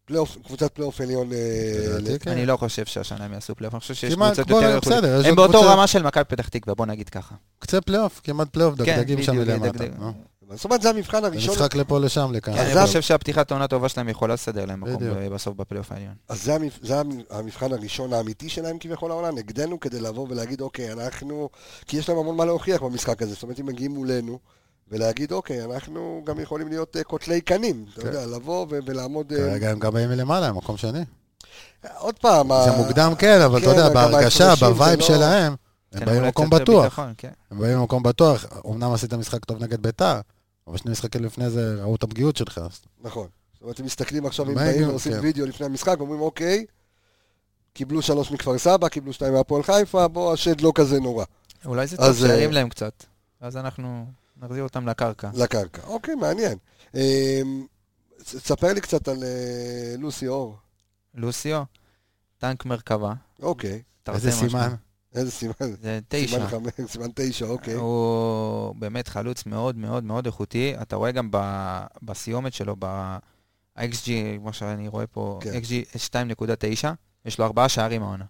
[SPEAKER 1] פלייאוף- קבוצת פלייאוף עליון... אה,
[SPEAKER 2] לדעתי, כן.
[SPEAKER 3] אני לא חושב שהשנה הם יעשו פלייאוף, אני חושב שיש
[SPEAKER 2] כמעט,
[SPEAKER 3] קבוצות
[SPEAKER 2] בוא,
[SPEAKER 3] יותר איכותיות.
[SPEAKER 2] בסדר, יש
[SPEAKER 3] הם
[SPEAKER 2] עוד
[SPEAKER 3] באותו
[SPEAKER 2] קבוצה-
[SPEAKER 3] רמה של מכבי פתח תקווה, בוא נגיד ככה.
[SPEAKER 2] קצה פלייאוף, כמעט פלייאוף,
[SPEAKER 3] כן,
[SPEAKER 2] דגדגים שם
[SPEAKER 3] בדיוק,
[SPEAKER 2] מלמטה. לא?
[SPEAKER 3] דגדג-
[SPEAKER 2] נו.
[SPEAKER 1] זאת אומרת, זה המבחן
[SPEAKER 2] זה
[SPEAKER 1] הראשון
[SPEAKER 2] משחק לפה לשם, לכאן.
[SPEAKER 3] כן,
[SPEAKER 1] עזב.
[SPEAKER 3] אני חושב שהפתיחת עונה טובה שלהם יכולה לסדר להם מקום
[SPEAKER 2] בדיוק.
[SPEAKER 3] ב- בסוף בפלייאוף העליון.
[SPEAKER 1] אז זה, המפ... זה המ- המבחן הראשון האמיתי שלהם כביכול העונה, נגדנו כדי לבוא ולהגיד אוקיי, אנחנו... כי יש להם המון מה להוכיח במשחק הזה, זאת אומרת אם מגיעים מולנו ולהגיד אוקיי, אנחנו גם יכולים להיות אה, קוטלי קנים, אתה
[SPEAKER 2] כן.
[SPEAKER 1] יודע, לבוא ו- ולעמוד... אה,
[SPEAKER 2] כרגע הם גם באים מלמעלה, הם מקום שני.
[SPEAKER 1] עוד פעם,
[SPEAKER 2] זה
[SPEAKER 1] ה-
[SPEAKER 2] מוקדם כן, אבל אתה
[SPEAKER 1] כן,
[SPEAKER 2] יודע,
[SPEAKER 1] אבל גם
[SPEAKER 2] בהרגשה,
[SPEAKER 1] ההפרשים זה
[SPEAKER 2] בווייב
[SPEAKER 1] לא-
[SPEAKER 2] שלהם, הם
[SPEAKER 3] כן,
[SPEAKER 2] באים
[SPEAKER 3] אולי
[SPEAKER 2] ממקום
[SPEAKER 3] קצת
[SPEAKER 2] בטוח.
[SPEAKER 3] ביטחון, כן.
[SPEAKER 2] הם באים ממקום בטוח. אמנם עשית משחק טוב נגד ביתר, אבל שני משחקים לפני זה ראו את הפגיעות שלך. אז
[SPEAKER 1] נכון. זאת אומרת, הם מסתכלים עכשיו, הם
[SPEAKER 2] מה
[SPEAKER 1] באים
[SPEAKER 2] הגיוני,
[SPEAKER 1] ועושים
[SPEAKER 2] כן.
[SPEAKER 1] וידאו לפני המשחק, אומרים אוקיי, קיבלו שלוש מכפר סבא, קיבלו שתיים מהפועל חיפה, בוא, השד לא כזה נורא,
[SPEAKER 3] אולי זה
[SPEAKER 1] אז,
[SPEAKER 3] טוב שירים
[SPEAKER 1] אה,
[SPEAKER 3] להם קצת, אז אנחנו נחזיר אותם לקרקע.
[SPEAKER 1] לקרקע. אוקיי, מעניין. אה, ס- ספר לי קצת על אה, לוסי אור.
[SPEAKER 3] לוסיו, טנק מרכבה.
[SPEAKER 1] אוקיי,
[SPEAKER 3] תרתי
[SPEAKER 2] איזה
[SPEAKER 3] משמע.
[SPEAKER 2] סימן.
[SPEAKER 1] איזה סימן.
[SPEAKER 3] זה תשע.
[SPEAKER 1] סימן חמש, סימן תשע, אוקיי.
[SPEAKER 2] אה,
[SPEAKER 3] הוא באמת חלוץ מאוד מאוד מאוד איכותי. אתה רואה גם ב- בסיומת שלו, ב-XG, כמו שאני רואה פה,
[SPEAKER 1] כן.
[SPEAKER 3] XG 2.9, יש לו ארבעה שערים העונה.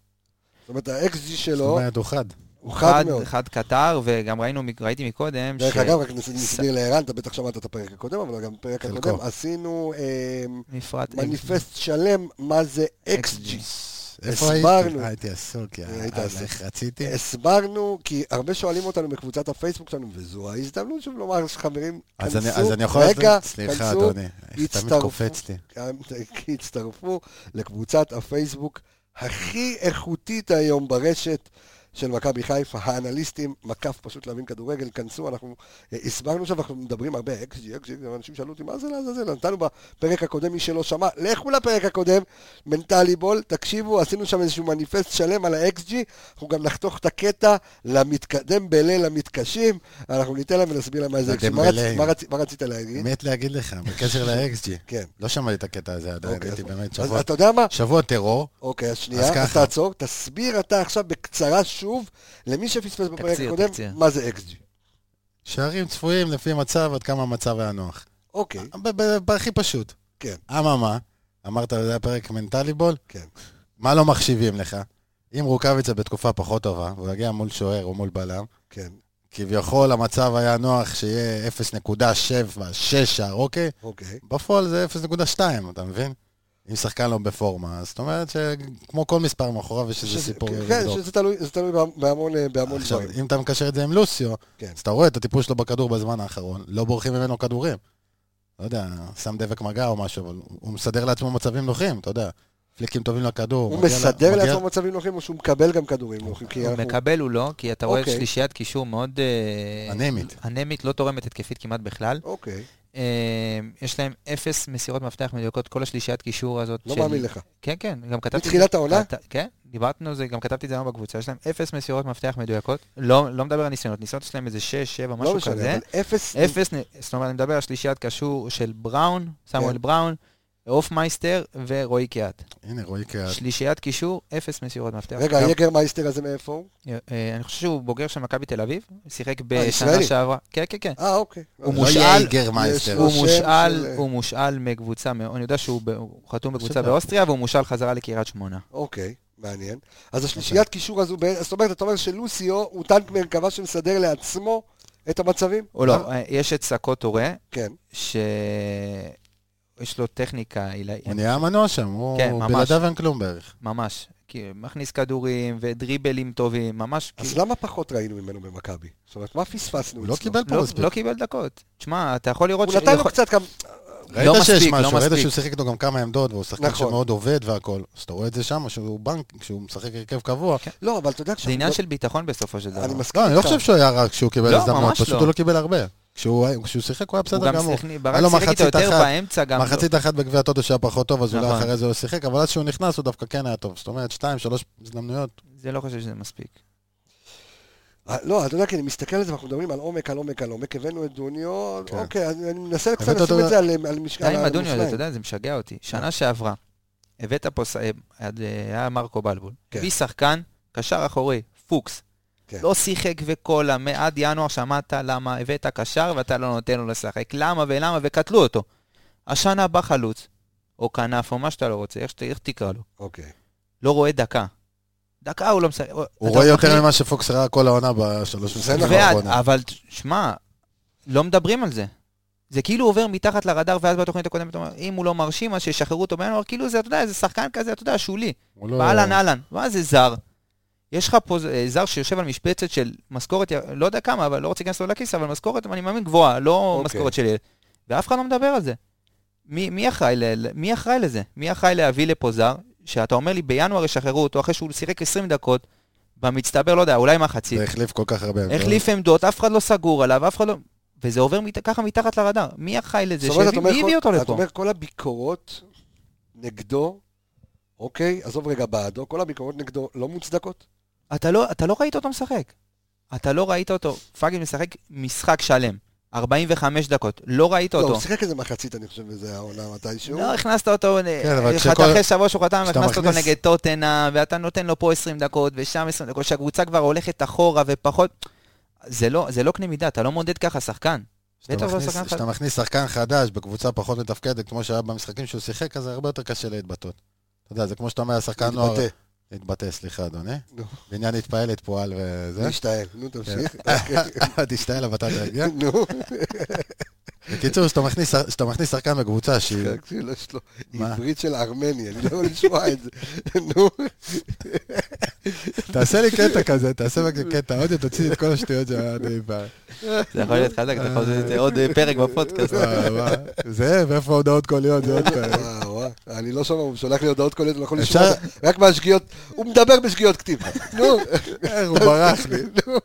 [SPEAKER 1] זאת אומרת, האקס-ג'י
[SPEAKER 2] זאת
[SPEAKER 1] שלו
[SPEAKER 2] אומרת, הוא חד.
[SPEAKER 1] הוא חד מאוד.
[SPEAKER 3] חד קטר, וגם ראינו, ראיתי מקודם,
[SPEAKER 1] דרך אגב, רק נס- נסביר לערן, אתה בטח שמעת את הפרק הקודם, אבל גם בפרק
[SPEAKER 2] חלקו.
[SPEAKER 1] הקודם עשינו אה,
[SPEAKER 3] שמפרט...
[SPEAKER 1] מניפסט שלם מה זה אקס-ג'י.
[SPEAKER 2] איפה
[SPEAKER 1] הסברנו.
[SPEAKER 2] הייתי? הייתי עסוק, יא
[SPEAKER 1] היית
[SPEAKER 2] אללה,
[SPEAKER 1] עסוק. אה,
[SPEAKER 2] איך רציתי.
[SPEAKER 1] הסברנו, כי הרבה שואלים אותנו בקבוצת הפייסבוק שלנו, וזו ההזדמנות שוב לומר, חברים,
[SPEAKER 2] אז אני-
[SPEAKER 1] כנסו,
[SPEAKER 2] אז אני יכול...
[SPEAKER 1] רגע,
[SPEAKER 2] סליחה,
[SPEAKER 1] כנסו,
[SPEAKER 2] אדוני. איך אתה
[SPEAKER 1] הצטרפו.
[SPEAKER 2] מתקופץ לי.
[SPEAKER 1] הצטרפו לקבוצת הפייסבוק הכי איכותית היום ברשת של מכבי חיפה, האנליסטים, מקף פשוט להבין כדורגל, כנסו, אנחנו אה, הסברנו שם, אנחנו מדברים הרבה, אקסג'י, אקסג'י, אנשים שאלו אותי, מה זה לעזאזל, נתנו בפרק הקודם, מי שלא שמע, לכו לפרק הקודם, מנטלי בול, תקשיבו, עשינו שם איזשהו מניפסט שלם על האקסג'י, אנחנו גם נחתוך את הקטע למתקדם בליל המתקשים, אנחנו ניתן להם ונסביר להם מה זה אקסג'י. מה רצ-
[SPEAKER 2] לדמבלי.
[SPEAKER 1] מה רצ- מה רצית להגיד?
[SPEAKER 2] מת להגיד לך, בקשר ל-XG.
[SPEAKER 1] כן.
[SPEAKER 2] לא שמעתי את הקטע הזה עדיין,
[SPEAKER 1] אוקיי,
[SPEAKER 2] הייתי
[SPEAKER 1] אז-
[SPEAKER 2] באמת
[SPEAKER 1] אז
[SPEAKER 2] שבוע-
[SPEAKER 1] אתה יודע מה?
[SPEAKER 2] שבוע טרור.
[SPEAKER 1] אוקיי, אז
[SPEAKER 2] אז
[SPEAKER 1] שנייה, אז
[SPEAKER 2] ככה.
[SPEAKER 1] תעצור, תסביר אתה עכשיו בקצרה שוב למי שפספס בפרק
[SPEAKER 3] תקציר,
[SPEAKER 1] הקודם,
[SPEAKER 3] תקציר.
[SPEAKER 1] מה זה XG.
[SPEAKER 2] שערים צפויים לפי מצב, עד כמה המצב היה נוח.
[SPEAKER 1] אוקיי,
[SPEAKER 2] ב- ב- בהכי פשוט.
[SPEAKER 1] כן.
[SPEAKER 2] אממה, אמרת, זה היה פרק מנטלי בול?
[SPEAKER 1] כן.
[SPEAKER 2] מה לא מחשיבים לך? אם רוקאביצה בתקופה פחות טובה, והוא יגיע מול שוער או מול בלם,
[SPEAKER 1] כן,
[SPEAKER 2] כביכול המצב היה נוח שיהיה 0.7, 6 שער, אוקיי?
[SPEAKER 1] אוקיי.
[SPEAKER 2] בפועל זה 0.2, אתה מבין? אם שחקן לא בפורמה, אז זאת אומרת שכמו כל מספר מאחוריו יש איזה
[SPEAKER 1] שזה-
[SPEAKER 2] סיפור
[SPEAKER 1] כן,
[SPEAKER 2] לבדוק.
[SPEAKER 1] שזה תלוי- זה תלוי בהמ- בהמון אה, בהמון
[SPEAKER 2] עכשיו,
[SPEAKER 1] דברים.
[SPEAKER 2] אם אתה מקשר את זה עם לוסיו,
[SPEAKER 1] כן.
[SPEAKER 2] אז אתה רואה את הטיפול שלו בכדור בזמן האחרון, לא בורחים ממנו כדורים. לא יודע, שם דבק מגע או משהו, אבל הוא מסדר לעצמו מצבים נוחים, אתה יודע. פליקים טובים לכדור.
[SPEAKER 1] הוא
[SPEAKER 2] מגיע ל-
[SPEAKER 1] מסדר
[SPEAKER 2] מגיע-
[SPEAKER 1] לעצמו מצבים נוחים, או שהוא מקבל גם כדורים נוחים, כי
[SPEAKER 3] הוא
[SPEAKER 1] אנחנו...
[SPEAKER 3] מקבל הוא לא, כי אתה רואה
[SPEAKER 1] אוקיי.
[SPEAKER 3] שלישיית קישור מאוד... אה,
[SPEAKER 2] אנמית.
[SPEAKER 3] אנמית, לא תורמת התקפית כמעט בכלל.
[SPEAKER 1] אוקיי,
[SPEAKER 3] אה, יש להם אפס מסירות מפתח מדויקות, כל השלישיית קישור הזאת.
[SPEAKER 1] לא
[SPEAKER 3] של-
[SPEAKER 1] מאמין לך.
[SPEAKER 3] כן, כן, גם כתבתי... את זה-
[SPEAKER 1] מתחילת העונה?
[SPEAKER 3] כת- כן, דיברנו על זה, גם כתבתי את זה היום בקבוצה, יש להם אפס מסירות מפתח מדויקות, לא לא מדבר על ניסיונות, ניסיונות יש להם איזה 6, 7,
[SPEAKER 1] לא
[SPEAKER 3] משהו
[SPEAKER 1] משנה,
[SPEAKER 3] כזה.
[SPEAKER 1] אבל אפס...
[SPEAKER 3] אפס, נ- זאת אומרת, אני מדבר על שלישיית קשור של בראון,
[SPEAKER 1] כן.
[SPEAKER 3] סמואל בראון, הופמייסטר ורועי קיאט.
[SPEAKER 2] הנה, רועי קריאה.
[SPEAKER 3] שלישיית קישור, אפס מסירות מפתח.
[SPEAKER 1] כן. רגע,
[SPEAKER 2] גם-
[SPEAKER 1] היגר מייסטר הזה מאיפה הוא?
[SPEAKER 3] אה, אני חושב שהוא בוגר של מכבי תל אביב, שיחק בשנה
[SPEAKER 1] הישראלי.
[SPEAKER 3] שעברה. כן, כן, כן.
[SPEAKER 1] אה, אוקיי.
[SPEAKER 3] הוא
[SPEAKER 1] אוקיי.
[SPEAKER 2] לא
[SPEAKER 3] מושאל-
[SPEAKER 2] יאיגר מייסטר.
[SPEAKER 1] לו
[SPEAKER 3] הוא
[SPEAKER 1] שם
[SPEAKER 3] מושאל,
[SPEAKER 1] של-
[SPEAKER 3] הוא מושאל מקבוצה, מא- אני יודע שהוא ב- הוא חתום בקבוצה
[SPEAKER 2] בסדר.
[SPEAKER 3] באוסטריה והוא מושאל חזרה לקריית שמונה.
[SPEAKER 1] אוקיי, מעניין.
[SPEAKER 2] אוקיי.
[SPEAKER 1] אז השלישיית קישור הזו, בערך- זאת אומרת, אתה אומר שלוסיו הוא טנק מרכבה שמסדר לעצמו את המצבים?
[SPEAKER 3] או לא, אה, יש את סקוטורה,
[SPEAKER 1] כן.
[SPEAKER 3] שיש לו טכניקה עילאית,
[SPEAKER 2] הוא נהיה המנוע שם, הוא
[SPEAKER 3] כן, ממש.
[SPEAKER 2] בלעדיו אין כלום
[SPEAKER 1] לא
[SPEAKER 2] בערך.
[SPEAKER 3] ממש. כי מכניס כדורים ודריבלים טובים, ממש.
[SPEAKER 1] אז
[SPEAKER 3] כאילו-
[SPEAKER 1] למה פחות ראינו ממנו במכבי? זאת אומרת, מה פספסנו?
[SPEAKER 2] הוא לא
[SPEAKER 1] אצלו?
[SPEAKER 2] קיבל פה
[SPEAKER 3] לא-
[SPEAKER 2] מספיק.
[SPEAKER 3] לא קיבל דקות. תשמע, אתה יכול לראות
[SPEAKER 1] הוא
[SPEAKER 3] ש-
[SPEAKER 1] נתן לו
[SPEAKER 3] יכול-
[SPEAKER 1] קצת כמה...
[SPEAKER 2] ראית
[SPEAKER 3] לא
[SPEAKER 2] שיש
[SPEAKER 3] מספיק, לא
[SPEAKER 2] משהו, ראית
[SPEAKER 3] מספיק.
[SPEAKER 2] שהוא שיחק איתו גם כמה עמדות, והוא שחקן
[SPEAKER 1] נכון.
[SPEAKER 2] שמאוד עובד והכל. אז אתה רואה את זה שם, שהוא בנק, כשהוא משחק הרכב קבוע.
[SPEAKER 1] לא, אבל אתה יודע,
[SPEAKER 3] זה עניין של ביטחון בסופו של דבר.
[SPEAKER 1] אני מסכים
[SPEAKER 2] לא, אני לא
[SPEAKER 1] איתך.
[SPEAKER 2] חושב שהוא היה רק כשהוא קיבל
[SPEAKER 3] לא,
[SPEAKER 2] הזדמנות,
[SPEAKER 3] ממש
[SPEAKER 2] פשוט
[SPEAKER 3] לא.
[SPEAKER 2] הוא לא קיבל הרבה. כשהוא כשהוא שיחק הוא היה
[SPEAKER 3] הוא
[SPEAKER 2] בסדר
[SPEAKER 3] גם
[SPEAKER 2] גמור.
[SPEAKER 3] שיחק,
[SPEAKER 2] היה
[SPEAKER 3] ברק
[SPEAKER 1] לא
[SPEAKER 2] לו
[SPEAKER 3] שיחק איתו
[SPEAKER 2] מחצית
[SPEAKER 3] יותר
[SPEAKER 2] אחת.
[SPEAKER 3] באמצע גם. לא-
[SPEAKER 2] מחצית אחת בגביע הטוטו שהיה פחות טוב, אז אולי
[SPEAKER 3] נכון.
[SPEAKER 2] אחרי זה הוא שיחק, אבל אז כשהוא נכנס הוא דווקא כן היה טוב. זאת אומרת, שתיים, שלוש הזדמנויות.
[SPEAKER 3] זה לא חושב שזה מספיק.
[SPEAKER 1] אה, לא, אתה יודע, כי אני מסתכל על זה, ואנחנו מדברים על עומק, על עומק, על עומק, הבאנו את דוניו,
[SPEAKER 2] כן.
[SPEAKER 1] אוקיי, אז אני מנסה קצת
[SPEAKER 2] הבאת
[SPEAKER 1] לשים
[SPEAKER 2] אותו-
[SPEAKER 1] את זה על על
[SPEAKER 2] כן,
[SPEAKER 1] משקל
[SPEAKER 3] די עם
[SPEAKER 1] על
[SPEAKER 3] הדוניו הזה,
[SPEAKER 1] המאזניים.
[SPEAKER 3] אתה יודע, זה משגע אותי. שנה שעברה, הבאת פה, ס- אה, היה מרקו בלבול,
[SPEAKER 1] כן.
[SPEAKER 3] הביא שחקן, קשר אחורי, פוקס.
[SPEAKER 1] כן.
[SPEAKER 3] לא שיחק וקולה, מעד ינואר שמעת למה הבאת קשר ואתה לא נותן לו לשחק. למה ולמה, וקטלו אותו. השנה בא חלוץ, או כנף, או מה שאתה לא רוצה, איך שת- איך תקרא לו.
[SPEAKER 1] אוקיי.
[SPEAKER 3] לא רואה דקה. דקה הוא לא משחק.
[SPEAKER 2] הוא רואה
[SPEAKER 3] כן-
[SPEAKER 2] יותר ממה שפוקס ראה כל העונה בשלוש
[SPEAKER 1] זה
[SPEAKER 2] משחקים
[SPEAKER 1] נכון.
[SPEAKER 2] האחרונים.
[SPEAKER 3] אבל שמע, לא מדברים על זה. זה כאילו עובר מתחת לרדאר, ואז בתוכנית הקודמת, אומר, אם הוא לא מרשים, אז שישחררו אותו בינואר, כאילו זה, אתה יודע, איזה שחקן כזה, אתה יודע, שולי.
[SPEAKER 2] הוא לא-
[SPEAKER 3] באהלן אהלן, מה זה זר? יש לך פה אה, זר שיושב על משבצת של משכורת, י- לא יודע כמה, אבל לא רוצה להיכנס לו לכיס, אבל משכורת, אני מאמין, גבוהה, לא
[SPEAKER 1] אוקיי.
[SPEAKER 3] משכורת של ילד. ואף אחד לא מדבר על זה. מי, מי, אחראי ל, ל- מי אחראי לזה? מי אחראי להביא לפה זר, שאתה אומר לי בינואר ישחררו אותו, אחרי שהוא שיחק 20 דקות, במצטבר, לא יודע, אולי מחצית.
[SPEAKER 2] זה החליף כל כך הרבה. עמדות.
[SPEAKER 1] אוקיי.
[SPEAKER 3] החליף עמדות, אף אחד לא סגור עליו, אף אחד לא... וזה עובר מת... ככה מתחת לרדאר. מי אחראי לזה?
[SPEAKER 1] זאת אומרת,
[SPEAKER 3] שהביא-
[SPEAKER 1] אתה אומר
[SPEAKER 3] מי הביא
[SPEAKER 1] כל-
[SPEAKER 3] אותו
[SPEAKER 1] אתה
[SPEAKER 3] לפה?
[SPEAKER 1] אומר, כל הביקורות נגדו, אוקיי, עזוב רגע בעדו, כל הביקורות נגדו לא מוצדקות?
[SPEAKER 3] אתה לא, אתה לא ראית אותו משחק. אתה לא ראית אותו. פאגל משחק משחק שלם. 45 דקות. לא ראית
[SPEAKER 1] לא,
[SPEAKER 3] אותו.
[SPEAKER 1] הוא שיחק איזה מחצית, אני חושב, וזה העונה מתישהו.
[SPEAKER 3] לא, הכנסת אותו,
[SPEAKER 2] כן, אבל
[SPEAKER 3] אה,
[SPEAKER 2] כשכל-
[SPEAKER 3] חת- אחרי שבוע שהוא חתם,
[SPEAKER 2] כשאתה
[SPEAKER 3] הכנסת אותו
[SPEAKER 2] מכניס-
[SPEAKER 3] נגד טוטנה, ואתה נותן לו פה 20 דקות, ושם 20 דקות, שהקבוצה כבר הולכת אחורה ופחות... זה לא, זה לא קנה מידה, אתה לא מודד ככה שחקן.
[SPEAKER 2] כשאתה
[SPEAKER 3] בטח לא
[SPEAKER 2] מכניס-
[SPEAKER 3] שחקן חד-
[SPEAKER 2] כשאתה מכניס שחקן חדש בקבוצה פחות מתפקדת, כמו שהיה במשחקים שהוא שיחק, אז זה הרבה יותר קשה להתבטאות. אתה יודע, זה כמו שאתה אומר, שחקן נוער...
[SPEAKER 1] מתבטא.
[SPEAKER 2] להתבטא, סליחה, אדוני.
[SPEAKER 1] נו.
[SPEAKER 2] בעניין להתפעל, להתפועל וזה.
[SPEAKER 1] משתעל, נו
[SPEAKER 2] כן.
[SPEAKER 1] תמשיך. אוקיי.
[SPEAKER 2] תשתעל, אבל אתה תגיע.
[SPEAKER 1] נו,
[SPEAKER 2] בקיצור, כשאתה מכניס- כשאתה מכניס שחקן בקבוצה שהיא...
[SPEAKER 1] רק שלא, לא, יש לו
[SPEAKER 2] מה?
[SPEAKER 1] עברית של ארמני, אני לא יכול לשמוע את זה. נו,
[SPEAKER 2] תעשה לי קטע כזה, תעשה רק קטע אודיו, תוציא את כל השטויות שהיה עד אי פעם.
[SPEAKER 3] זה יכול להיות חזק, אתה יכול לעשות את זה עוד אה, פרק בפודקאסט.
[SPEAKER 2] וואי, וואי. זה, ואיפה הודעות קוליות, זה עוד פעם.
[SPEAKER 1] וואו, וואו, אני לא שומע, הוא שולח לי הודעות קוליות, אני לא יכול
[SPEAKER 2] אפשר-
[SPEAKER 1] לשמוע, אותה, רק מהשגיאות, הוא מדבר בשגיאות כתיב. נו,
[SPEAKER 2] איך אה, הוא ברח לי.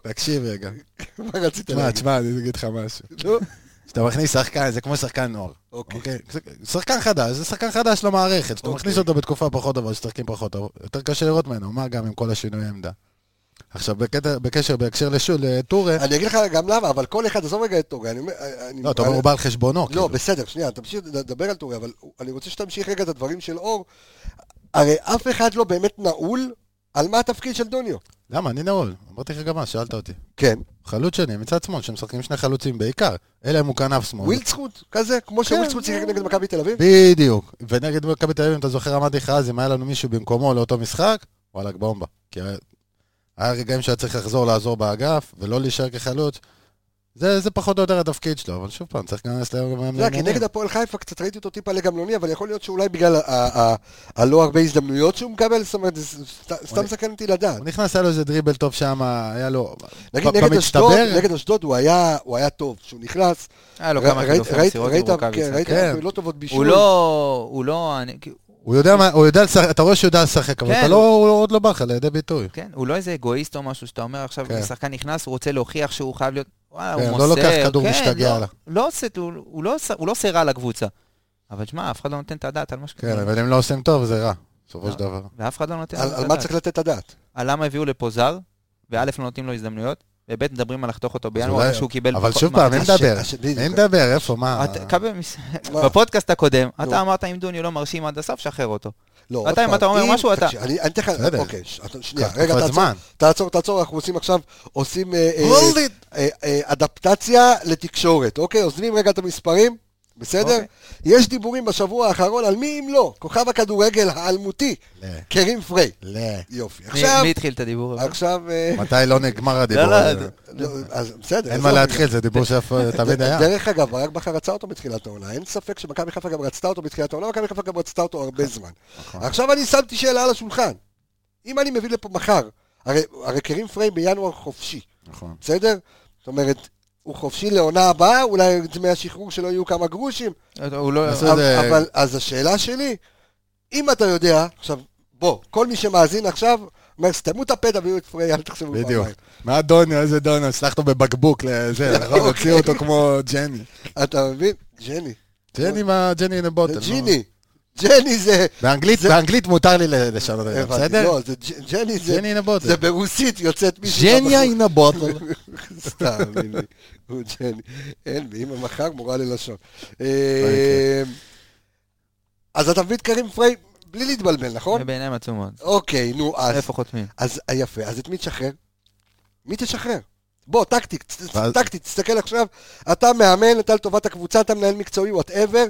[SPEAKER 2] תקשיב רגע.
[SPEAKER 1] מה רצית
[SPEAKER 2] תשמע,
[SPEAKER 1] להגיד?
[SPEAKER 2] תשמע, אני אגיד לך משהו.
[SPEAKER 1] נו,
[SPEAKER 2] כשאתה מכניס שחקן, זה כמו שחקן נוער.
[SPEAKER 1] אוקיי.
[SPEAKER 2] אוקיי? זה- שחקן חדש, זה שחקן חדש למערכת. כשאתה
[SPEAKER 1] אוקיי.
[SPEAKER 2] מכניס אותו בתקופה פחות טובה, שמשחקים פחות טוב, יותר קשה לראות ממנו, מה גם עם כל השינוי עמדה. עכשיו, בקטע- בקשר, בהקשר לשול, אה, לטורה,
[SPEAKER 1] אני אגיד לך גם למה, אבל כל אחד, עזוב רגע את טורי, אני אומר... אני-
[SPEAKER 2] לא, אתה אומר, הוא בא על חשבונו.
[SPEAKER 1] לא,
[SPEAKER 2] כאילו.
[SPEAKER 1] בסדר, שנייה, תמשיך לדבר על טורי, אבל אני רוצה שתמשיך רגע את הדברים של אור. הרי אף אחד לא באמת נעול על מה התפקיד של דוניו.
[SPEAKER 2] למה? אני נעול. אמרתי לך גם מה, שאלת אותי.
[SPEAKER 1] כן.
[SPEAKER 2] חלוץ שני, מצד שמאל, שמשחקים שני חלוצים בעיקר. אלא אם הוא כנף שמאל.
[SPEAKER 1] ווילדסקוט, כזה,
[SPEAKER 2] כן,
[SPEAKER 1] כמו שווילדסקוט שיחק נגד מכבי תל אביב.
[SPEAKER 2] בדיוק. ונגד מכבי תל אביב, אם אתה זוכר, אמרתי לך אז, אם היה לנו מישהו במקומו לאותו משחק, וואלכ בומבה. כי היה, היה רגעים שהיה צריך לחזור לעזור באגף, ולא להישאר כחלוץ. זה, זה פחות או יותר התפקיד שלו, אבל שוב פעם, צריך להיכנס
[SPEAKER 3] לא,
[SPEAKER 2] לעניינים.
[SPEAKER 1] אתה יודע, כי נגד הפועל חיפה קצת ראיתי אותו טיפה לגמלוני, אבל יכול להיות שאולי בגלל ה- ה- ה- הלא הרבה הזדמנויות שהוא מקבל, זאת אומרת, זה סת- סתם סכן אותי לדעת.
[SPEAKER 2] הוא נכנס, היה לו איזה דריבל טוב שם, היה לו...
[SPEAKER 1] נגיד
[SPEAKER 2] ב-
[SPEAKER 1] נגד
[SPEAKER 2] במצטבר-
[SPEAKER 1] אשדוד, נגד אשדוד הוא היה- הוא היה טוב, כשהוא נכנס,
[SPEAKER 3] היה לו
[SPEAKER 1] ר-
[SPEAKER 3] כמה
[SPEAKER 1] ראית-
[SPEAKER 3] חילופי
[SPEAKER 1] ראית-
[SPEAKER 3] מסירות
[SPEAKER 1] ראית-
[SPEAKER 3] מרוכביץ.
[SPEAKER 1] כן, ראית
[SPEAKER 2] כן.
[SPEAKER 1] לא טובות בישול.
[SPEAKER 3] הוא לא... הוא לא... אני-
[SPEAKER 2] הוא יודע מה, הוא יודע לשחק, אתה רואה שהוא יודע לשחק, אבל
[SPEAKER 3] כן.
[SPEAKER 2] אתה לא, הוא עוד לא בא לך לידי ביטוי.
[SPEAKER 3] כן, הוא לא איזה אגואיסט או משהו שאתה אומר עכשיו,
[SPEAKER 2] כן.
[SPEAKER 3] שחקן נכנס, הוא רוצה להוכיח שהוא חייב להיות... וואלה, הוא
[SPEAKER 2] כן,
[SPEAKER 3] מוסר.
[SPEAKER 2] לא לוקח כדור,
[SPEAKER 3] כן,
[SPEAKER 2] משתגע
[SPEAKER 3] לא-
[SPEAKER 2] לה.
[SPEAKER 3] לא עושה- הוא- הוא לא עושה- הוא לא עושה רע לקבוצה. אבל שמע, אף אחד לא נותן את הדעת על מה
[SPEAKER 2] כן,
[SPEAKER 3] שקורה.
[SPEAKER 2] אבל אם לא עושים טוב, זה רע, בסופו
[SPEAKER 3] לא.
[SPEAKER 2] של דבר.
[SPEAKER 3] ואף אחד לא נותן
[SPEAKER 1] על
[SPEAKER 3] את
[SPEAKER 1] על מה
[SPEAKER 3] הדעת.
[SPEAKER 1] צריך לתת את הדעת?
[SPEAKER 3] על למה הביאו לפה זר, וא' לא נותנים לו הזדמנויות, וב' מדברים על לחתוך אותו בינואר,
[SPEAKER 2] אולי-
[SPEAKER 3] אחרי שהוא קיבל...
[SPEAKER 2] אבל
[SPEAKER 3] פחות
[SPEAKER 2] שוב פעם, מי
[SPEAKER 3] מהקבוצה.
[SPEAKER 1] הש-
[SPEAKER 2] מדבר?
[SPEAKER 1] הש-
[SPEAKER 2] מי
[SPEAKER 1] בדיוק.
[SPEAKER 2] מדבר? איפה? מה?
[SPEAKER 3] אתה- קבל מס-
[SPEAKER 1] מה?
[SPEAKER 3] בפודקאסט הקודם,
[SPEAKER 1] נו.
[SPEAKER 3] אתה אמרת אם דוני לא מרשים עד הסוף, שחרר אותו.
[SPEAKER 1] לא,
[SPEAKER 3] אתה,
[SPEAKER 1] עוד
[SPEAKER 3] אם
[SPEAKER 1] פעם,
[SPEAKER 3] אתה אומר
[SPEAKER 1] אם-
[SPEAKER 3] משהו, אתה-
[SPEAKER 1] תקשיב, אני אני אתן לך,
[SPEAKER 2] בסדר.
[SPEAKER 1] אוקיי, ש- אתה- שנייה,
[SPEAKER 2] קח
[SPEAKER 1] רגע,
[SPEAKER 2] תקופת
[SPEAKER 1] תעצור,
[SPEAKER 2] זמן.
[SPEAKER 1] תעצור, תעצור, אנחנו עושים עכשיו, עושים אה, אה,
[SPEAKER 2] Hold it!
[SPEAKER 1] אה, אה, אדפטציה לתקשורת, אוקיי? עוזבים רגע את המספרים, בסדר?
[SPEAKER 3] אוקיי.
[SPEAKER 1] יש דיבורים בשבוע האחרון על מי אם לא, כוכב הכדורגל האלמותי,
[SPEAKER 2] לא,
[SPEAKER 1] קרים פריי.
[SPEAKER 2] לא.
[SPEAKER 1] יופי.
[SPEAKER 3] מי
[SPEAKER 1] עכשיו,
[SPEAKER 3] מי התחיל את הדיבור?
[SPEAKER 1] עכשיו... אה,
[SPEAKER 2] מתי לא נגמר הדיבור?
[SPEAKER 3] לא,
[SPEAKER 2] הזה?
[SPEAKER 3] לא,
[SPEAKER 1] לא, אז בסדר.
[SPEAKER 2] אין
[SPEAKER 1] עזוב.
[SPEAKER 2] מה להתחיל, זה דיבור שתמיד
[SPEAKER 1] ד-
[SPEAKER 2] היה.
[SPEAKER 1] דרך אגב, ברק בכר רצה אותו בתחילת העונה, אין ספק שמכבי חיפה גם רצתה אותו בתחילת העונה, מכבי חיפה גם רצתה אותו הרבה זמן.
[SPEAKER 2] נכון.
[SPEAKER 1] עכשיו אני שמתי שאלה על השולחן. אם אני מביא לפה מחר, הרי- הרי קרים פריי בינואר חופשי,
[SPEAKER 2] נכון.
[SPEAKER 1] בסדר? זאת אומרת, הוא חופשי לעונה הבאה, אולי דמי השחרור שלו יהיו כמה גרושים,
[SPEAKER 3] הוא לא...
[SPEAKER 2] עשו- אתה יודע-
[SPEAKER 1] אבל, אבל אז השאלה שלי, אם אתה יודע, עכשיו, בוא, כל מי שמאזין עכשיו, אומר, סתמו את הפה, תביאו את פריי, אל תחשבו
[SPEAKER 2] בדיוק.
[SPEAKER 1] פעמיים.
[SPEAKER 2] מה דוניו, איזה דוניו, שלח אותו בבקבוק לזה, נכון? הוציאו אותו כמו ג'ני.
[SPEAKER 1] אתה מבין? ג'ני.
[SPEAKER 2] ג'ני מה, ג'ני
[SPEAKER 1] זה
[SPEAKER 2] נבוטל.
[SPEAKER 1] ג'יני. ג'ני זה...
[SPEAKER 2] באנגלית,
[SPEAKER 1] זה-
[SPEAKER 2] באנגלית מותר לי ל- לשנות את זה,
[SPEAKER 1] הבנתי,
[SPEAKER 2] בסדר?
[SPEAKER 1] לא, זה ג'- ג'ני זה...
[SPEAKER 2] ג'ני נבוטל.
[SPEAKER 1] זה ברוסית יוצאת מישהו...
[SPEAKER 2] ג'ניה הנה בוטל.
[SPEAKER 1] סתם, אין לי. הוא ג'ני. אין לי, אמא מחר מורה ללשון.
[SPEAKER 2] אוקיי. יקרה.
[SPEAKER 1] אמ, אז אתה מביא את קרים פריי בלי להתבלבל, נכון?
[SPEAKER 3] בעיניים עצומות.
[SPEAKER 1] אוקיי, נו, אז...
[SPEAKER 3] איפה חותמים?
[SPEAKER 1] אז אה, יפה, אז את מי תשחרר? מי תשחרר? בוא, טקטית,
[SPEAKER 2] ואז-
[SPEAKER 1] טקטית, תסתכל עכשיו, אתה מאמן, אתה לטובת הקבוצה, אתה מנהל מקצועי, וואטאבר,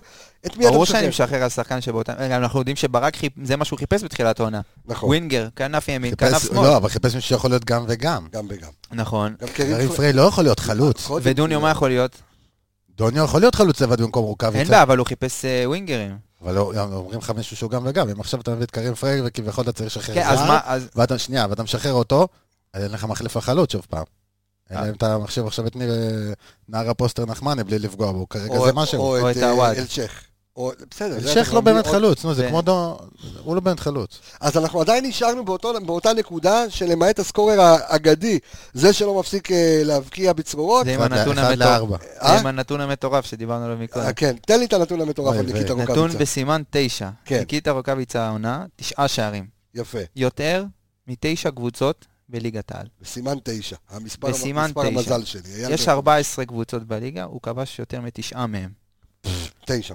[SPEAKER 1] את מי אתה
[SPEAKER 3] ברור שאני
[SPEAKER 1] משחרר?
[SPEAKER 3] משחרר על שחקן שבאותם... רגע, אנחנו יודעים שברק, חיפ- זה מה שהוא חיפש בתחילת העונה.
[SPEAKER 1] נכון,
[SPEAKER 3] ווינגר, כנף ימין, כנף
[SPEAKER 2] חיפש-
[SPEAKER 3] שמאל.
[SPEAKER 2] לא, אבל חיפש מישהו שיכול להיות גם וגם.
[SPEAKER 1] גם וגם.
[SPEAKER 3] נכון.
[SPEAKER 1] גם נכון. קרים
[SPEAKER 2] גרי
[SPEAKER 1] פריי-
[SPEAKER 2] פריי לא יכול להיות חלוץ.
[SPEAKER 1] קודם
[SPEAKER 3] ודוניו
[SPEAKER 1] כל.
[SPEAKER 3] מה יכול להיות?
[SPEAKER 2] דוניו יכול להיות חלוץ לבד במקום
[SPEAKER 3] אין
[SPEAKER 2] רוקאביצה.
[SPEAKER 3] בעיה, אבל הוא חיפש אה, ווינגרים.
[SPEAKER 2] אבל לא, גם אומרים לך מישהו שהוא גם וגם. אם עכשיו אתה מביא את קרים פריי וכביכול אתה צריך לשחרר
[SPEAKER 3] כן, אז
[SPEAKER 2] זר,
[SPEAKER 3] מה, אז...
[SPEAKER 2] ואתה, שנייה, ואתה משחרר אותו, אז אין לך מחליף לחלוץ שוב פעם. אלא
[SPEAKER 3] אה.
[SPEAKER 2] אם אתה מחשיב עכשיו את ניר- נער הפוסטר נחמני בלי לפגוע בו, כרגע
[SPEAKER 1] או-
[SPEAKER 2] זה משהו.
[SPEAKER 1] או
[SPEAKER 3] או
[SPEAKER 1] את
[SPEAKER 3] את
[SPEAKER 1] אה,
[SPEAKER 3] הוואד.
[SPEAKER 1] אלשיך. או- בסדר. זה
[SPEAKER 2] אלשיך
[SPEAKER 1] אתה
[SPEAKER 2] לא
[SPEAKER 1] כבר
[SPEAKER 2] באמת
[SPEAKER 1] מי-
[SPEAKER 2] חלוץ, נו, זה
[SPEAKER 3] כן.
[SPEAKER 2] כמו דו... הוא לא באמת חלוץ.
[SPEAKER 1] אז אנחנו עדיין נשארנו באותו- באותה נקודה שלמעט הסקורר האגדי, זה שלא מפסיק אה, להבקיע בצרורות.
[SPEAKER 3] זה עם
[SPEAKER 2] אחד ל-
[SPEAKER 3] הנתון
[SPEAKER 2] אחד
[SPEAKER 3] המטורף.
[SPEAKER 2] לארבע.
[SPEAKER 1] אה?
[SPEAKER 3] עם הנתון המטורף שדיברנו עליו
[SPEAKER 1] אה,
[SPEAKER 3] מקודם.
[SPEAKER 1] כן, תן לי את הנתון המטורף על
[SPEAKER 2] וואי,
[SPEAKER 1] ניקיטה
[SPEAKER 2] וואי.
[SPEAKER 1] רוקאביצה.
[SPEAKER 3] נתון בסימן תשע.
[SPEAKER 1] כן.
[SPEAKER 3] ניקיטה רוקאביצה העונה, תשעה שערים.
[SPEAKER 1] יפה,
[SPEAKER 3] יותר מתשע קבוצות בליגת העל.
[SPEAKER 1] בסימן תשע. המספר
[SPEAKER 3] בסימן
[SPEAKER 1] המספר
[SPEAKER 3] תשע.
[SPEAKER 1] המזל שלי. אייל
[SPEAKER 3] יש
[SPEAKER 1] בן-
[SPEAKER 3] 14 קבוצות בליגה, הוא כבש יותר מתשעה מהם.
[SPEAKER 1] תשע מהם.
[SPEAKER 3] תשע.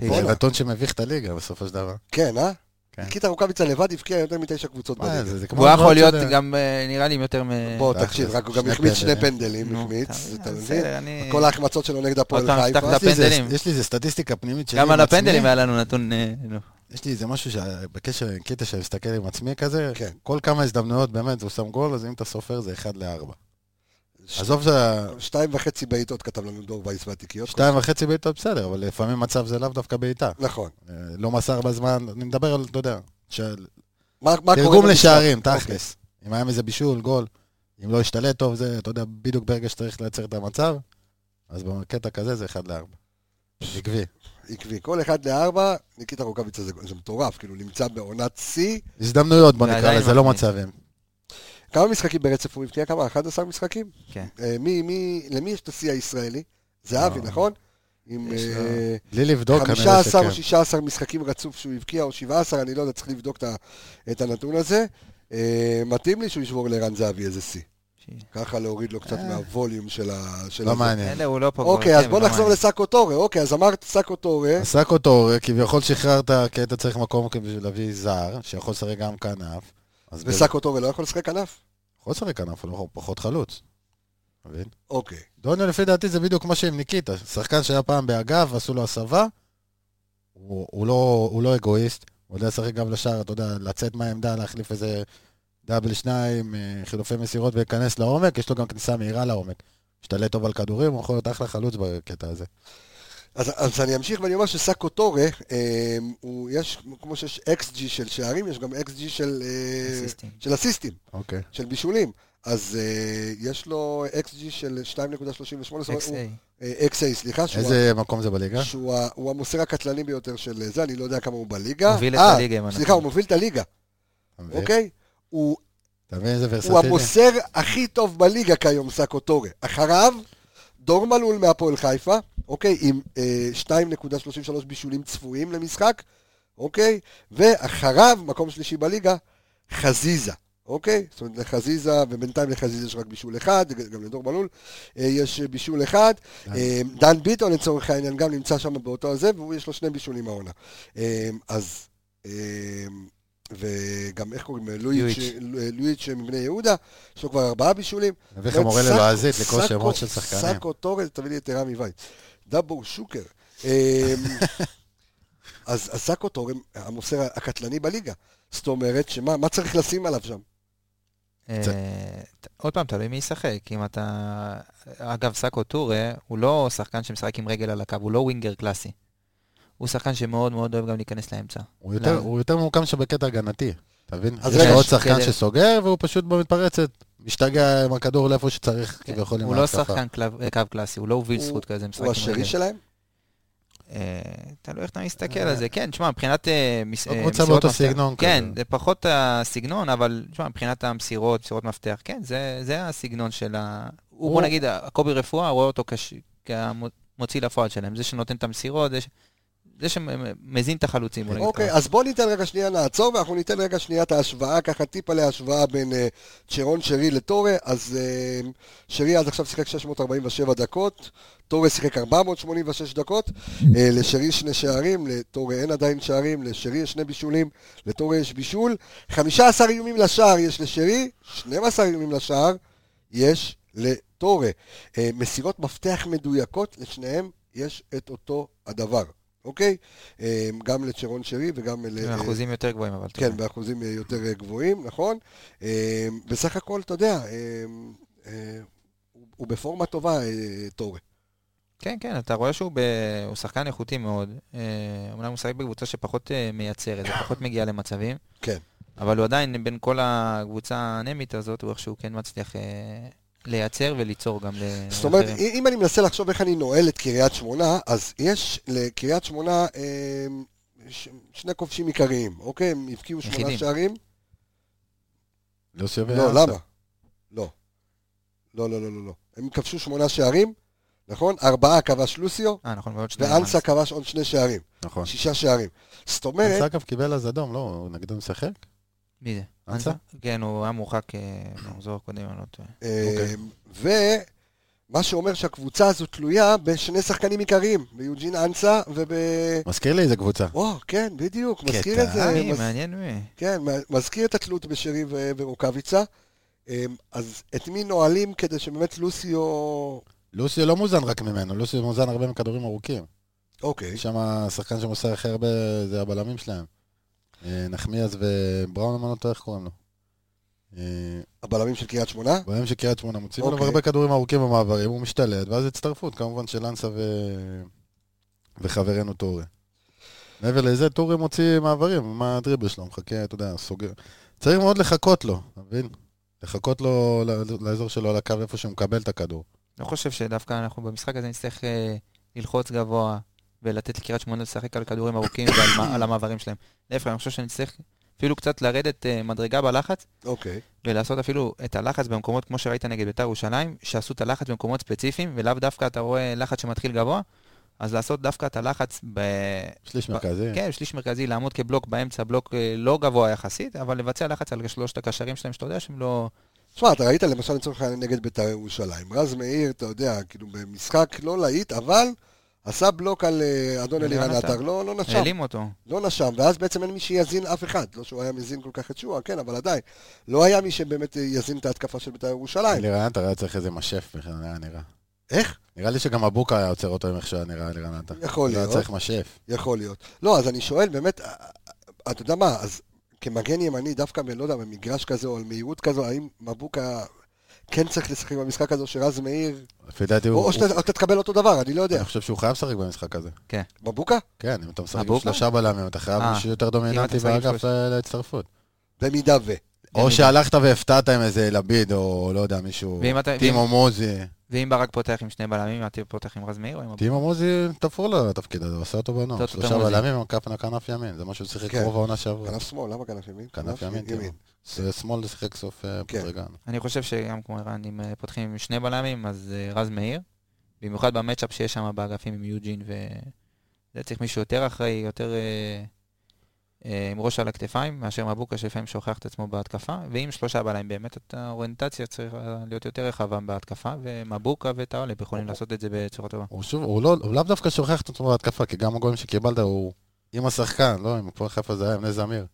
[SPEAKER 2] זה
[SPEAKER 1] יפה,
[SPEAKER 2] נתון שמביך את הליגה בסופו של דבר.
[SPEAKER 1] כן, אה?
[SPEAKER 2] כן.
[SPEAKER 1] ניקיטה רוקאביצה לבד הבקיע יותר מתשע קבוצות
[SPEAKER 2] מה,
[SPEAKER 1] בליגה.
[SPEAKER 2] זה- זה כמו
[SPEAKER 3] הוא היה יכול
[SPEAKER 2] הדמות
[SPEAKER 3] להיות
[SPEAKER 2] של-
[SPEAKER 3] גם, אה, נראה לי, עם יותר מ...
[SPEAKER 1] בוא,
[SPEAKER 2] תכלס,
[SPEAKER 1] תקשיב, רק הוא גם
[SPEAKER 2] שני
[SPEAKER 1] החמיץ שני
[SPEAKER 2] פנדלים.
[SPEAKER 1] פנדלים,
[SPEAKER 3] נו,
[SPEAKER 1] החמיץ,
[SPEAKER 3] אתה- אה,
[SPEAKER 1] אתה מבין?
[SPEAKER 3] בסדר, אני...
[SPEAKER 1] כל ההחמצות שלו נגד הפועל
[SPEAKER 3] עוד פעם
[SPEAKER 1] חיפה.
[SPEAKER 3] נפתח את
[SPEAKER 2] יש לי איזה-
[SPEAKER 3] הפנדלים.
[SPEAKER 2] יש לי איזה סטטיסטיקה פנימית שלי
[SPEAKER 3] גם
[SPEAKER 2] עם
[SPEAKER 3] על
[SPEAKER 2] עצמי.
[SPEAKER 3] הפנדלים היה לנו נתון... אה, נו.
[SPEAKER 2] יש לי איזה משהו שה- בקשר עם קטע שאני מסתכל עם עצמי כזה,
[SPEAKER 1] כן.
[SPEAKER 2] כל כמה הזדמנויות באמת הוא שם גול, אז אם אתה סופר זה 1 ל-4.
[SPEAKER 1] ש-
[SPEAKER 2] עזוב זה
[SPEAKER 1] שתיים וחצי בעיטות כתב לנו דור וייס מהתיקיות.
[SPEAKER 2] שתיים וחצי בעיטות בסדר, אבל לפעמים מצב זה לאו דווקא בעיטה.
[SPEAKER 1] נכון.
[SPEAKER 2] אה, לא מסר בזמן, אני מדבר על, אתה יודע, של-
[SPEAKER 1] מה מה קורה...
[SPEAKER 2] תרגום
[SPEAKER 1] במשחק?
[SPEAKER 2] לשערים,
[SPEAKER 1] אוקיי.
[SPEAKER 2] תכלס. אם היה מזה בישול, גול, אם לא השתלט טוב, זה, אתה יודע, בדיוק ברגע שצריך לייצר את המצב, אז בקטע כזה זה 1 ל-4. עקבי.
[SPEAKER 1] עקבי. כל אחד לארבע, ניקיטה רוקאביצה זה זה מטורף, כאילו נמצא בעונת שיא.
[SPEAKER 2] הזדמנויות בוא
[SPEAKER 3] זה
[SPEAKER 2] נקרא
[SPEAKER 3] עדיין
[SPEAKER 2] לזה, לא
[SPEAKER 3] מחמיא.
[SPEAKER 2] מצבים.
[SPEAKER 1] כמה משחקים ברצף הוא הבקיע? כמה? 11 משחקים?
[SPEAKER 3] כן.
[SPEAKER 1] אה, מי, מי, למי יש את השיא הישראלי? זהבי,
[SPEAKER 2] אה.
[SPEAKER 1] נכון? עם
[SPEAKER 3] יש לו-
[SPEAKER 1] אה,
[SPEAKER 2] בלי לבדוק, כנראה
[SPEAKER 1] 15 או
[SPEAKER 2] שכן.
[SPEAKER 1] 16 משחקים רצוף שהוא הבקיע, או 17, אני לא יודע, צריך לבדוק את ה- את הנתון הזה. אה, מתאים לי שהוא ישבור לערן זהבי איזה שיא. ככה להוריד לו קצת
[SPEAKER 2] אה.
[SPEAKER 1] מהווליום של ה... של
[SPEAKER 2] לא
[SPEAKER 1] הזה.
[SPEAKER 2] מעניין.
[SPEAKER 3] אלה הוא לא פה.
[SPEAKER 1] אוקיי,
[SPEAKER 3] כבר,
[SPEAKER 1] אז
[SPEAKER 3] כן,
[SPEAKER 1] בוא
[SPEAKER 3] לא
[SPEAKER 1] נחזור
[SPEAKER 3] מעניין.
[SPEAKER 1] לסאקו טורה. אוקיי, אז אמרת סאקו טורה.
[SPEAKER 2] עסק אותו, אה, כביכול שחררת, כי היית צריך מקום בשביל להביא זר, שיכול לשחק גם כנף. אז ב-
[SPEAKER 1] וסאקו טורה לא יכול לשחק כנף?
[SPEAKER 2] יכול לשחק כנף, אבל הוא פחות חלוץ. מבין?
[SPEAKER 1] אוקיי.
[SPEAKER 2] דוניו לפי דעתי זה בדיוק מה שעם ניקיטה, שחקן שהיה פעם באגף, עשו לו הסבה, הוא, הוא, לא, הוא לא אגואיסט, הוא יודע לשחק גם לשער, אתה יודע, לצאת מהעמדה, להחליף איזה דאבל שניים, אה, חילופי מסירות ולהיכנס לעומק, יש לו גם כניסה מהירה לעומק. משתלט טוב על כדורים, הוא יכול להיות אחלה חלוץ בקטע הזה.
[SPEAKER 1] אז, אז אני אמשיך ואני אומר שסאקו טורה, אה, הוא יש, כמו שיש אקס-ג'י של שערים, יש גם אקס-ג'י של, אה,
[SPEAKER 3] אסיסטים.
[SPEAKER 1] של אסיסטים,
[SPEAKER 2] אוקיי.
[SPEAKER 1] של בישולים. אז אה, יש לו אקס-ג'י של 2.38, זאת אומרת, הוא-
[SPEAKER 3] XA.
[SPEAKER 1] אה, XA, סליחה, שהוא,
[SPEAKER 2] איזה מקום זה בליגה?
[SPEAKER 1] ה, שהוא, ה, הוא המוסר הקטלני ביותר של אה, זה, אני לא יודע כמה הוא בליגה.
[SPEAKER 3] מוביל את
[SPEAKER 1] אה,
[SPEAKER 3] הליגה, אם לא אנחנו-
[SPEAKER 1] סליחה, הוא מוביל את הליגה,
[SPEAKER 2] אתה מבין?
[SPEAKER 1] אוקיי? הוא,
[SPEAKER 2] אתה מבין איזה
[SPEAKER 1] הוא
[SPEAKER 2] ורסטילי?
[SPEAKER 1] המוסר הכי טוב בליגה כיום, סאקו טורה. אחריו, דור מלול מהפועל חיפה, אוקיי, עם אה, 2.33 בישולים צפויים למשחק, אוקיי? ואחריו, מקום שלישי בליגה, חזיזה, אוקיי? זאת אומרת, לחזיזה, ובינתיים לחזיזה יש רק בישול אחד, גם לדור מלול אה, יש בישול אחד.
[SPEAKER 2] דן.
[SPEAKER 1] אה, דן ביטון, לצורך העניין, גם נמצא שם באותו הזה, והוא יש לו שני בישולים העונה. אה, אז... אה, וגם איך קוראים? לואיץ' אה, לואיץ' מבני יהודה, יש לו כבר ארבעה בישולים.
[SPEAKER 2] נביא לך מורה
[SPEAKER 1] סאקו-
[SPEAKER 2] ללועזית, לקרוא
[SPEAKER 1] סאקו-
[SPEAKER 2] שמות של שחקנים.
[SPEAKER 1] סאקו טורל, תביא לי את רמי וייץ. דאבור שוקר. אמ, אז אז סאקו טורל, המוסר הקטלני בליגה. זאת אומרת, שמה מה צריך לשים עליו שם?
[SPEAKER 3] אה, ת- עוד פעם, תלוי מי ישחק. אם אתה... אגב, סאקו טורה הוא לא שחקן שמשחק עם רגל על הקו, הוא לא ווינגר קלאסי. הוא שחקן שמאוד מאוד אוהב גם להיכנס לאמצע.
[SPEAKER 2] הוא יותר-
[SPEAKER 3] לא.
[SPEAKER 2] הוא יותר ממוקם שם בקטע הגנתי, אתה מבין?
[SPEAKER 1] אז
[SPEAKER 2] יש לך
[SPEAKER 1] רגע,
[SPEAKER 2] עוד
[SPEAKER 3] יש
[SPEAKER 2] שחקן
[SPEAKER 3] כדי-
[SPEAKER 2] שסוגר והוא פשוט במתפרצת, משתגע עם הכדור לאיפה שצריך
[SPEAKER 3] כן.
[SPEAKER 2] כביכול עם
[SPEAKER 3] הוא לא
[SPEAKER 2] ההתקפה.
[SPEAKER 3] שחקן קלב- קו קלאסי, הוא לא הוביל
[SPEAKER 1] הוא-
[SPEAKER 3] זכות כזה, משחק
[SPEAKER 1] הוא
[SPEAKER 3] עם רגל.
[SPEAKER 1] השרי שלהם?
[SPEAKER 3] אה, תלוי איך אתה מסתכל על זה. כן, תשמע, מבחינת אה, מס-
[SPEAKER 2] לא
[SPEAKER 3] אה,
[SPEAKER 2] קבוצה
[SPEAKER 3] מסירות
[SPEAKER 2] באותו
[SPEAKER 3] מפתח-
[SPEAKER 2] סגנון
[SPEAKER 3] כן,
[SPEAKER 2] כזה.
[SPEAKER 3] זה פחות הסגנון, אבל תשמע, מבחינת המסירות, מסירות מפתח, כן, זה- זה הסגנון של ה... הוא,
[SPEAKER 2] הוא-
[SPEAKER 3] בוא נגיד, קובי רפואה, רואה אותו כש- כמוציא לפועל שלהם. זה שנותן את המסירות, זה ש- זה שמזין את החלוצים, בוא נגיד.
[SPEAKER 1] אוקיי,
[SPEAKER 3] ככה.
[SPEAKER 1] אז בואו ניתן רגע שנייה, נעצור, ואנחנו ניתן רגע שנייה את ההשוואה, ככה טיפה להשוואה בין אה, צ'רון שרי לטורה. אז אה, שרי עד עכשיו שיחק 647 דקות, טורה שיחק 486 דקות. אה, לשרי שני שערים, לטורה אין עדיין שערים, לשרי יש שני בישולים, לטורה יש בישול. 15 איומים לשער יש לשרי, 12 איומים לשער יש לטורה. אה, מסירות מפתח מדויקות, לשניהם יש את אותו הדבר, אוקיי? אה, גם לצ'רון שרי וגם ל...
[SPEAKER 3] עם אחוזים יותר גבוהים, אבל...
[SPEAKER 1] כן,
[SPEAKER 3] טוב.
[SPEAKER 1] באחוזים אה, יותר אה, גבוהים, נכון? אה, בסך הכל, אתה יודע, אה, אה, הוא- הוא בפורמה טובה, אה, טורה.
[SPEAKER 3] כן, כן, אתה רואה שהוא ב... הוא שחקן איכותי מאוד. אה, אומנם הוא משחק בקבוצה שפחות אה, מייצרת, ופחות מגיעה למצבים.
[SPEAKER 1] כן.
[SPEAKER 3] אבל הוא עדיין, בין כל הקבוצה האנמית הזאת, הוא איכשהו כן מצליח אה, לייצר וליצור גם לאחרים.
[SPEAKER 1] זאת אומרת, אם אם אני מנסה לחשוב איך אני נועל את קריית שמונה, אז יש לקריית שמונה אה, ש- שני כובשים עיקריים, אוקיי? הם הבקיעו שמונה
[SPEAKER 3] יחידים.
[SPEAKER 1] שערים.
[SPEAKER 2] יוסי
[SPEAKER 1] לא,
[SPEAKER 2] ויאנסה.
[SPEAKER 1] למה? לא. לא, לא, לא, לא, לא. הם כבשו שמונה שערים, נכון? ארבעה כבש לוסיו,
[SPEAKER 3] אה, נכון, ועוד שניים.
[SPEAKER 1] ואנסה כבש עוד שני שערים.
[SPEAKER 2] נכון.
[SPEAKER 1] שישה שערים. זאת אומרת...
[SPEAKER 2] אנסה אגב קיבל אז אדום, לא, הוא נגדו משחק?
[SPEAKER 3] מי זה?
[SPEAKER 2] אנסה?
[SPEAKER 3] כן, הוא היה מורחק אה, במחזור הקודם, אני לא טועה.
[SPEAKER 1] אה, ומה שאומר שהקבוצה הזו תלויה בשני שחקנים עיקריים, ביוג'ין אנסה וב...
[SPEAKER 2] מזכיר לי איזה קבוצה.
[SPEAKER 1] או, כן, בדיוק, מזכיר
[SPEAKER 2] קטע.
[SPEAKER 1] את זה.
[SPEAKER 3] אה,
[SPEAKER 1] מז-
[SPEAKER 3] מעניין מי.
[SPEAKER 1] כן, מ- מזכיר את התלות בשרי ו- ורוקאביצה. אה, אז את מי נועלים כדי שבאמת לוסיו...
[SPEAKER 2] לוסיו לא מוזן רק ממנו, לוסיו מוזן הרבה מכדורים ארוכים.
[SPEAKER 1] אוקיי.
[SPEAKER 2] יש שם שחקן שמוסר הכי הרבה, זה הבלמים שלהם. אה, נחמיאס ובראון, אם אני לא טועה, איך קוראים לו? אה,
[SPEAKER 1] הבלמים של קריית שמונה?
[SPEAKER 2] בימים שקריית שמונה מוציאים עליו
[SPEAKER 1] אוקיי.
[SPEAKER 2] הרבה כדורים ארוכים במעברים, הוא משתלט, ואז הצטרפות, כמובן של אנסה ו... וחברנו טורי. מעבר לזה, טורי מוציא מעברים, מה הדריבל שלו, מחכה, אתה יודע, סוגר. צריך מאוד לחכות לו, אתה מבין? לחכות לו ל- לאזור שלו, לקו איפה שהוא מקבל את הכדור.
[SPEAKER 3] לא חושב שדווקא אנחנו במשחק הזה נצטרך אה, ללחוץ גבוה ולתת לקריית שמונה לשחק על כדורים ארוכים ועל מה- על המעברים שלהם. להפך, אני חושב שנצטרך אפילו קצת לרדת אה, מדרגה בלחץ
[SPEAKER 1] אוקיי.
[SPEAKER 3] ולעשות אפילו את הלחץ במקומות, כמו שראית נגד בית"ר ירושלים, שעשו את הלחץ במקומות ספציפיים, ולאו דווקא אתה רואה לחץ שמתחיל גבוה, אז לעשות דווקא את הלחץ ב...
[SPEAKER 2] שליש
[SPEAKER 3] ב-
[SPEAKER 2] מרכזי.
[SPEAKER 3] כן, שליש מרכזי, לעמוד כבלוק באמצע, בלוק אה, לא גבוה יחסית, אבל לבצע לחץ על שלושת הקשרים שלהם, שאתה יודע שהם לא...
[SPEAKER 1] תשמע, אתה ראית למשל לצורך העניין נגד בית"ר ירושלים. רז מאיר, אתה יודע, כאילו במשחק לא להיט, אבל עשה בלוק על אה, אדון
[SPEAKER 3] אלירן
[SPEAKER 1] אלירן
[SPEAKER 3] עטר.
[SPEAKER 1] עטר. לא לא נשם.
[SPEAKER 3] העלים אותו.
[SPEAKER 1] לא נשם, ואז בעצם אין מי שיזין אף אחד. לא שהוא היה מזין כל כך את שועה, כן, אבל עדיין. לא היה מי שבאמת אה, יזין את ההתקפה של בית"ר ירושלים.
[SPEAKER 2] אלירן עטר היה צריך איזה משף בכלל, היה נראה.
[SPEAKER 1] איך?
[SPEAKER 2] נראה לי שגם אבוקה היה עוצר אותו עם איך שהיה נראה אלירן עטר.
[SPEAKER 1] יכול
[SPEAKER 2] היה
[SPEAKER 1] להיות.
[SPEAKER 2] צריך לא משף.
[SPEAKER 1] יכול להיות. לא, אז אני שואל באמת, אתה יודע מה, אז כמגן ימני, דווקא, ב- לא יודע, במגרש כזה או על מהירות כזו, האם מבוקה כן צריך לשחק במשחק הזה שרז מאיר,
[SPEAKER 2] לפי דעתי
[SPEAKER 1] או
[SPEAKER 2] לא, הוא... אה.
[SPEAKER 1] או
[SPEAKER 2] הוא-
[SPEAKER 1] שאתה או שאתה תקבל אותו דבר, אני לא יודע.
[SPEAKER 2] אני חושב שהוא חייב לשחק במשחק הזה.
[SPEAKER 1] מבוקה?
[SPEAKER 2] כן, אם אתה משחק עם
[SPEAKER 3] אבוקה?
[SPEAKER 2] שלושה בלמים, אתה חייב
[SPEAKER 3] אה.
[SPEAKER 2] מישהו יותר דומיננטי
[SPEAKER 3] משחק עם
[SPEAKER 2] באגף ל- להצטרפות.
[SPEAKER 1] במידה ו...
[SPEAKER 2] או שהלכת והפתעת עם איזה לביד, או לא יודע, מישהו...
[SPEAKER 3] ואם אתה-
[SPEAKER 2] טימו מוזי.
[SPEAKER 3] ואם ברק פותח עם שני בלמים, אתה פותח עם רז מאיר או עם אבוקה?
[SPEAKER 2] טימו מוזי תפור לו לתפקיד הזה, הוא עושה אותו בנוער.
[SPEAKER 3] טוב,
[SPEAKER 2] שלושה
[SPEAKER 3] טוב, מוזי.
[SPEAKER 2] בלמים, כף כנף ימין, זה מה שהוא שיחק
[SPEAKER 1] כן.
[SPEAKER 2] רוב העונה שעברה.
[SPEAKER 1] כנף שמאל, למה כנף ימין?
[SPEAKER 2] כנף ימין, כן. טימו. זה שמאל שיחק סוף אה,
[SPEAKER 1] כן.
[SPEAKER 2] פודרגן.
[SPEAKER 3] אני חושב שגם כמו ערן, אם אה, פותחים עם שני בלמים, אז אה, רז מאיר. במיוחד במצ'אפ שיש שם באגפים עם יוג'ין ו... זה צריך מישהו יותר אחראי, יותר אה, אה, עם ראש על הכתפיים, מאשר מבוקה שלפעמים שוכח את עצמו בהתקפה. ועם שלושה בלמים באמת, את האוריינטציה צריכה להיות יותר רחבה בהתקפה, ומבוקה וטאולב יכולים לעשות את זה בצורה טובה.
[SPEAKER 2] הוא שוב, הוא לא- הוא לאו דווקא שוכח את עצמו בהתקפה, כי גם הגולים שקיבלת הוא עם השחקן, לא עם הפועל חיפה זה היה עם נס זמיר.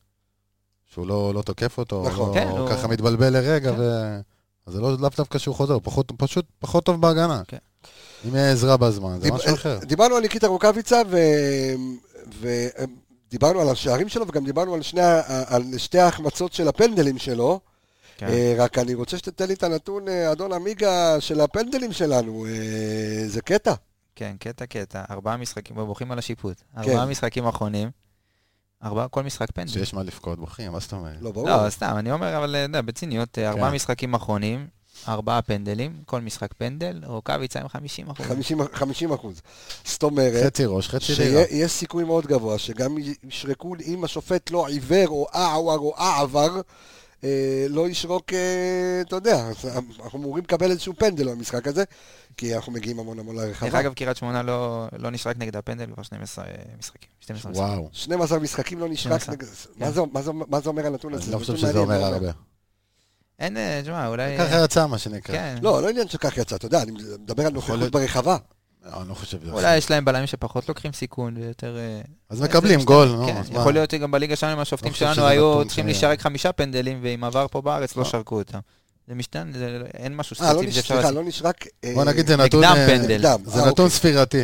[SPEAKER 2] שהוא לא לא תוקף אותו,
[SPEAKER 1] נכון.
[SPEAKER 2] או
[SPEAKER 3] כן,
[SPEAKER 2] לא-
[SPEAKER 3] הוא-
[SPEAKER 2] ככה מתבלבל לרגע,
[SPEAKER 3] כן.
[SPEAKER 2] ו- אז זה לא לאו דווקא שהוא חוזר, הוא פחות- פשוט פחות טוב בהגנה.
[SPEAKER 3] כן.
[SPEAKER 2] אם יהיה עזרה בזמן, זה
[SPEAKER 1] דיב-
[SPEAKER 2] משהו אחר.
[SPEAKER 1] דיברנו על ניקיטה רוקאביצה ודיברנו על השערים שלו וגם דיברנו על שני, ה- על שתי ההחמצות של הפנדלים שלו.
[SPEAKER 3] כן.
[SPEAKER 1] אה, רק אני רוצה שתתן לי את הנתון, אה, אדון עמיגה, של הפנדלים שלנו. אה, זה קטע.
[SPEAKER 3] כן, קטע קטע, ארבעה משחקים, בוא, בוכים על השיפוט. ארבעה משחקים אחרונים, ארבעה, כל משחק פנדל.
[SPEAKER 2] שיש מה לבכות, בוכים, מה זאת אומרת?
[SPEAKER 1] לא, ברור.
[SPEAKER 3] לא, סתם, אני אומר, אבל, אתה יודע, בציניות, אה, ארבעה
[SPEAKER 2] כן.
[SPEAKER 3] משחקים אחרונים, ארבעה פנדלים, כל משחק פנדל, רוקאביצה עם 50 אחוז.
[SPEAKER 1] 50 50 אחוז. זאת אומרת,
[SPEAKER 2] חצי ראש, חצי לירה.
[SPEAKER 1] שיש סיכוי מאוד גבוה שגם ישרקו, אם השופט לא עיוור או אעוור או אעבר, אה, לא ישרוק, אה, אתה יודע, אז אנחנו אמורים לקבל איזשהו פנדל במשחק הזה, כי אנחנו מגיעים המון המון
[SPEAKER 3] דרך
[SPEAKER 1] לרחבה.
[SPEAKER 3] אגב, קריית שמונה לא לא נשרק נגד הפנדל כבר 12 משחקים. 12 משחקים.
[SPEAKER 2] וואו,
[SPEAKER 1] 12 משחקים לא נשרק.
[SPEAKER 3] 12.
[SPEAKER 1] נגד- מה זה- מה זה- מה זה אומר הנתון הזה?
[SPEAKER 2] כן. אני
[SPEAKER 1] זה
[SPEAKER 2] לא חושב
[SPEAKER 1] נתון
[SPEAKER 2] שזה
[SPEAKER 1] מעניין,
[SPEAKER 2] אומר
[SPEAKER 1] לא
[SPEAKER 2] הרבה.
[SPEAKER 3] אין, אה, תשמע, אולי...
[SPEAKER 2] ככה יצא, מה שנקרא.
[SPEAKER 3] כן.
[SPEAKER 1] לא, לא עניין שכך יצא, אתה יודע, אני מדבר על נוכחות
[SPEAKER 2] להיות.
[SPEAKER 1] ברחבה.
[SPEAKER 2] אני לא חושב שזה
[SPEAKER 3] אולי יש להם בלמים שפחות לוקחים סיכון ויותר... אה,
[SPEAKER 2] אז מקבלים גול, נו,
[SPEAKER 3] כן,
[SPEAKER 2] אז מה?
[SPEAKER 3] יכול להיות שגם בליגה שלנו, עם השופטים
[SPEAKER 2] לא חושב
[SPEAKER 3] שלנו
[SPEAKER 2] שזה
[SPEAKER 3] היו
[SPEAKER 2] נתון
[SPEAKER 3] צריכים
[SPEAKER 2] ש-
[SPEAKER 3] להישרק חמישה פנדלים, ועם עבר פה בארץ לא
[SPEAKER 2] אה.
[SPEAKER 3] שרקו אותם. זה משתנה, זה- אין משהו
[SPEAKER 1] אה, לא
[SPEAKER 3] ספציפי
[SPEAKER 1] נש-
[SPEAKER 3] שאפשר
[SPEAKER 1] סליחה,
[SPEAKER 3] לעשות.
[SPEAKER 1] לא נשרק... אה,
[SPEAKER 2] בוא נגיד זה
[SPEAKER 3] נגדם
[SPEAKER 2] נתון... אה,
[SPEAKER 3] פנדל.
[SPEAKER 1] נגדם.
[SPEAKER 2] זה
[SPEAKER 1] אה,
[SPEAKER 2] נתון
[SPEAKER 1] אוקיי.
[SPEAKER 2] ספירתי.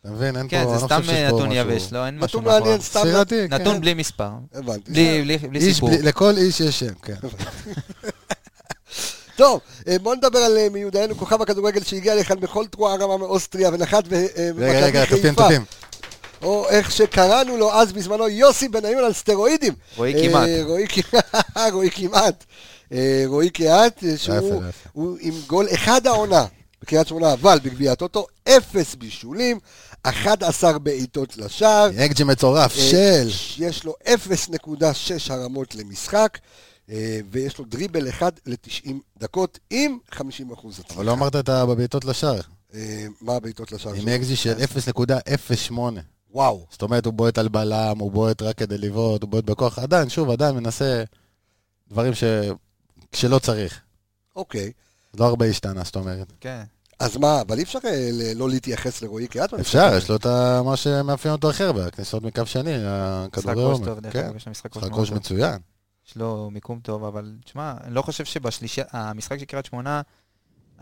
[SPEAKER 2] אתה מבין? אין פה...
[SPEAKER 3] כן,
[SPEAKER 2] אני
[SPEAKER 3] זה
[SPEAKER 2] לא
[SPEAKER 3] סתם
[SPEAKER 2] חושב שיש פה
[SPEAKER 3] נתון
[SPEAKER 2] משהו-
[SPEAKER 3] יבש, לא, אין משהו
[SPEAKER 1] נתון
[SPEAKER 3] מאחוריו.
[SPEAKER 1] מעניין, סתם...
[SPEAKER 2] ספירתי, כן. אה,
[SPEAKER 3] נתון בלי מספר.
[SPEAKER 1] הבנתי.
[SPEAKER 3] בלי- בלי בלי
[SPEAKER 2] איש
[SPEAKER 3] סיפור.
[SPEAKER 2] בלי- לכל איש יש שם, כן.
[SPEAKER 1] טוב, אה, בוא נדבר על אה, מיודענו כוכב הכדורגל שהגיע לכאן בכל תרועה רמה מאוסטריה ונחת אה,
[SPEAKER 2] רגע, רגע,
[SPEAKER 1] במכבי
[SPEAKER 2] תופים,
[SPEAKER 1] חיפה,
[SPEAKER 2] תופים.
[SPEAKER 1] או איך שקראנו לו אז בזמנו, יוסי בניון על סטרואידים.
[SPEAKER 3] רועי
[SPEAKER 1] אה,
[SPEAKER 3] כמעט.
[SPEAKER 1] רועי כמעט. רועי כמעט. אה, רועי כמעט, אה,
[SPEAKER 2] יפה,
[SPEAKER 1] שהוא
[SPEAKER 2] יפה.
[SPEAKER 1] הוא עם גול אחד העונה בקריית שמונה, אבל בגביע הטוטו, אפס בישולים, 11 בעיטות לשער.
[SPEAKER 2] אקג'י מטורף,
[SPEAKER 1] אה,
[SPEAKER 2] של.
[SPEAKER 1] יש לו 0.6 הרמות למשחק, אה, ויש לו דריבל אחד ל-90 דקות עם 50 אחוז
[SPEAKER 2] אבל לא
[SPEAKER 1] הצלחה.
[SPEAKER 2] אמרת את ה- בבעיטות לשער.
[SPEAKER 1] אה, מה הבעיטות לשער
[SPEAKER 2] עם
[SPEAKER 1] שלו?
[SPEAKER 2] אקג'י של 0.08.
[SPEAKER 1] וואו.
[SPEAKER 2] זאת אומרת, הוא בועט על בלם, הוא בועט רק כדי לבעוט, הוא בועט בכוח. עדיין, שוב, עדיין מנסה דברים ש... כשלא צריך.
[SPEAKER 1] אוקיי.
[SPEAKER 2] לא הרבה השתנה, זאת אומרת.
[SPEAKER 3] כן.
[SPEAKER 1] אז מה, אבל אי אפשר אה, ל- לא להתייחס לרועי קהת?
[SPEAKER 2] אפשר, יש לו את ה- מה שמאפיין אותו אחר, והכניסות מקו שני,
[SPEAKER 3] משחק
[SPEAKER 2] הכדורי
[SPEAKER 3] ראש
[SPEAKER 2] עומק.
[SPEAKER 3] טוב, דרך
[SPEAKER 2] כן,
[SPEAKER 3] אגב, יש לו משחק ראש
[SPEAKER 2] משחק
[SPEAKER 3] מאוד
[SPEAKER 2] ראש
[SPEAKER 3] טוב.
[SPEAKER 2] מצוין.
[SPEAKER 3] יש לו מיקום טוב, אבל תשמע, אני לא חושב שבשלישה, המשחק של קריית שמונה,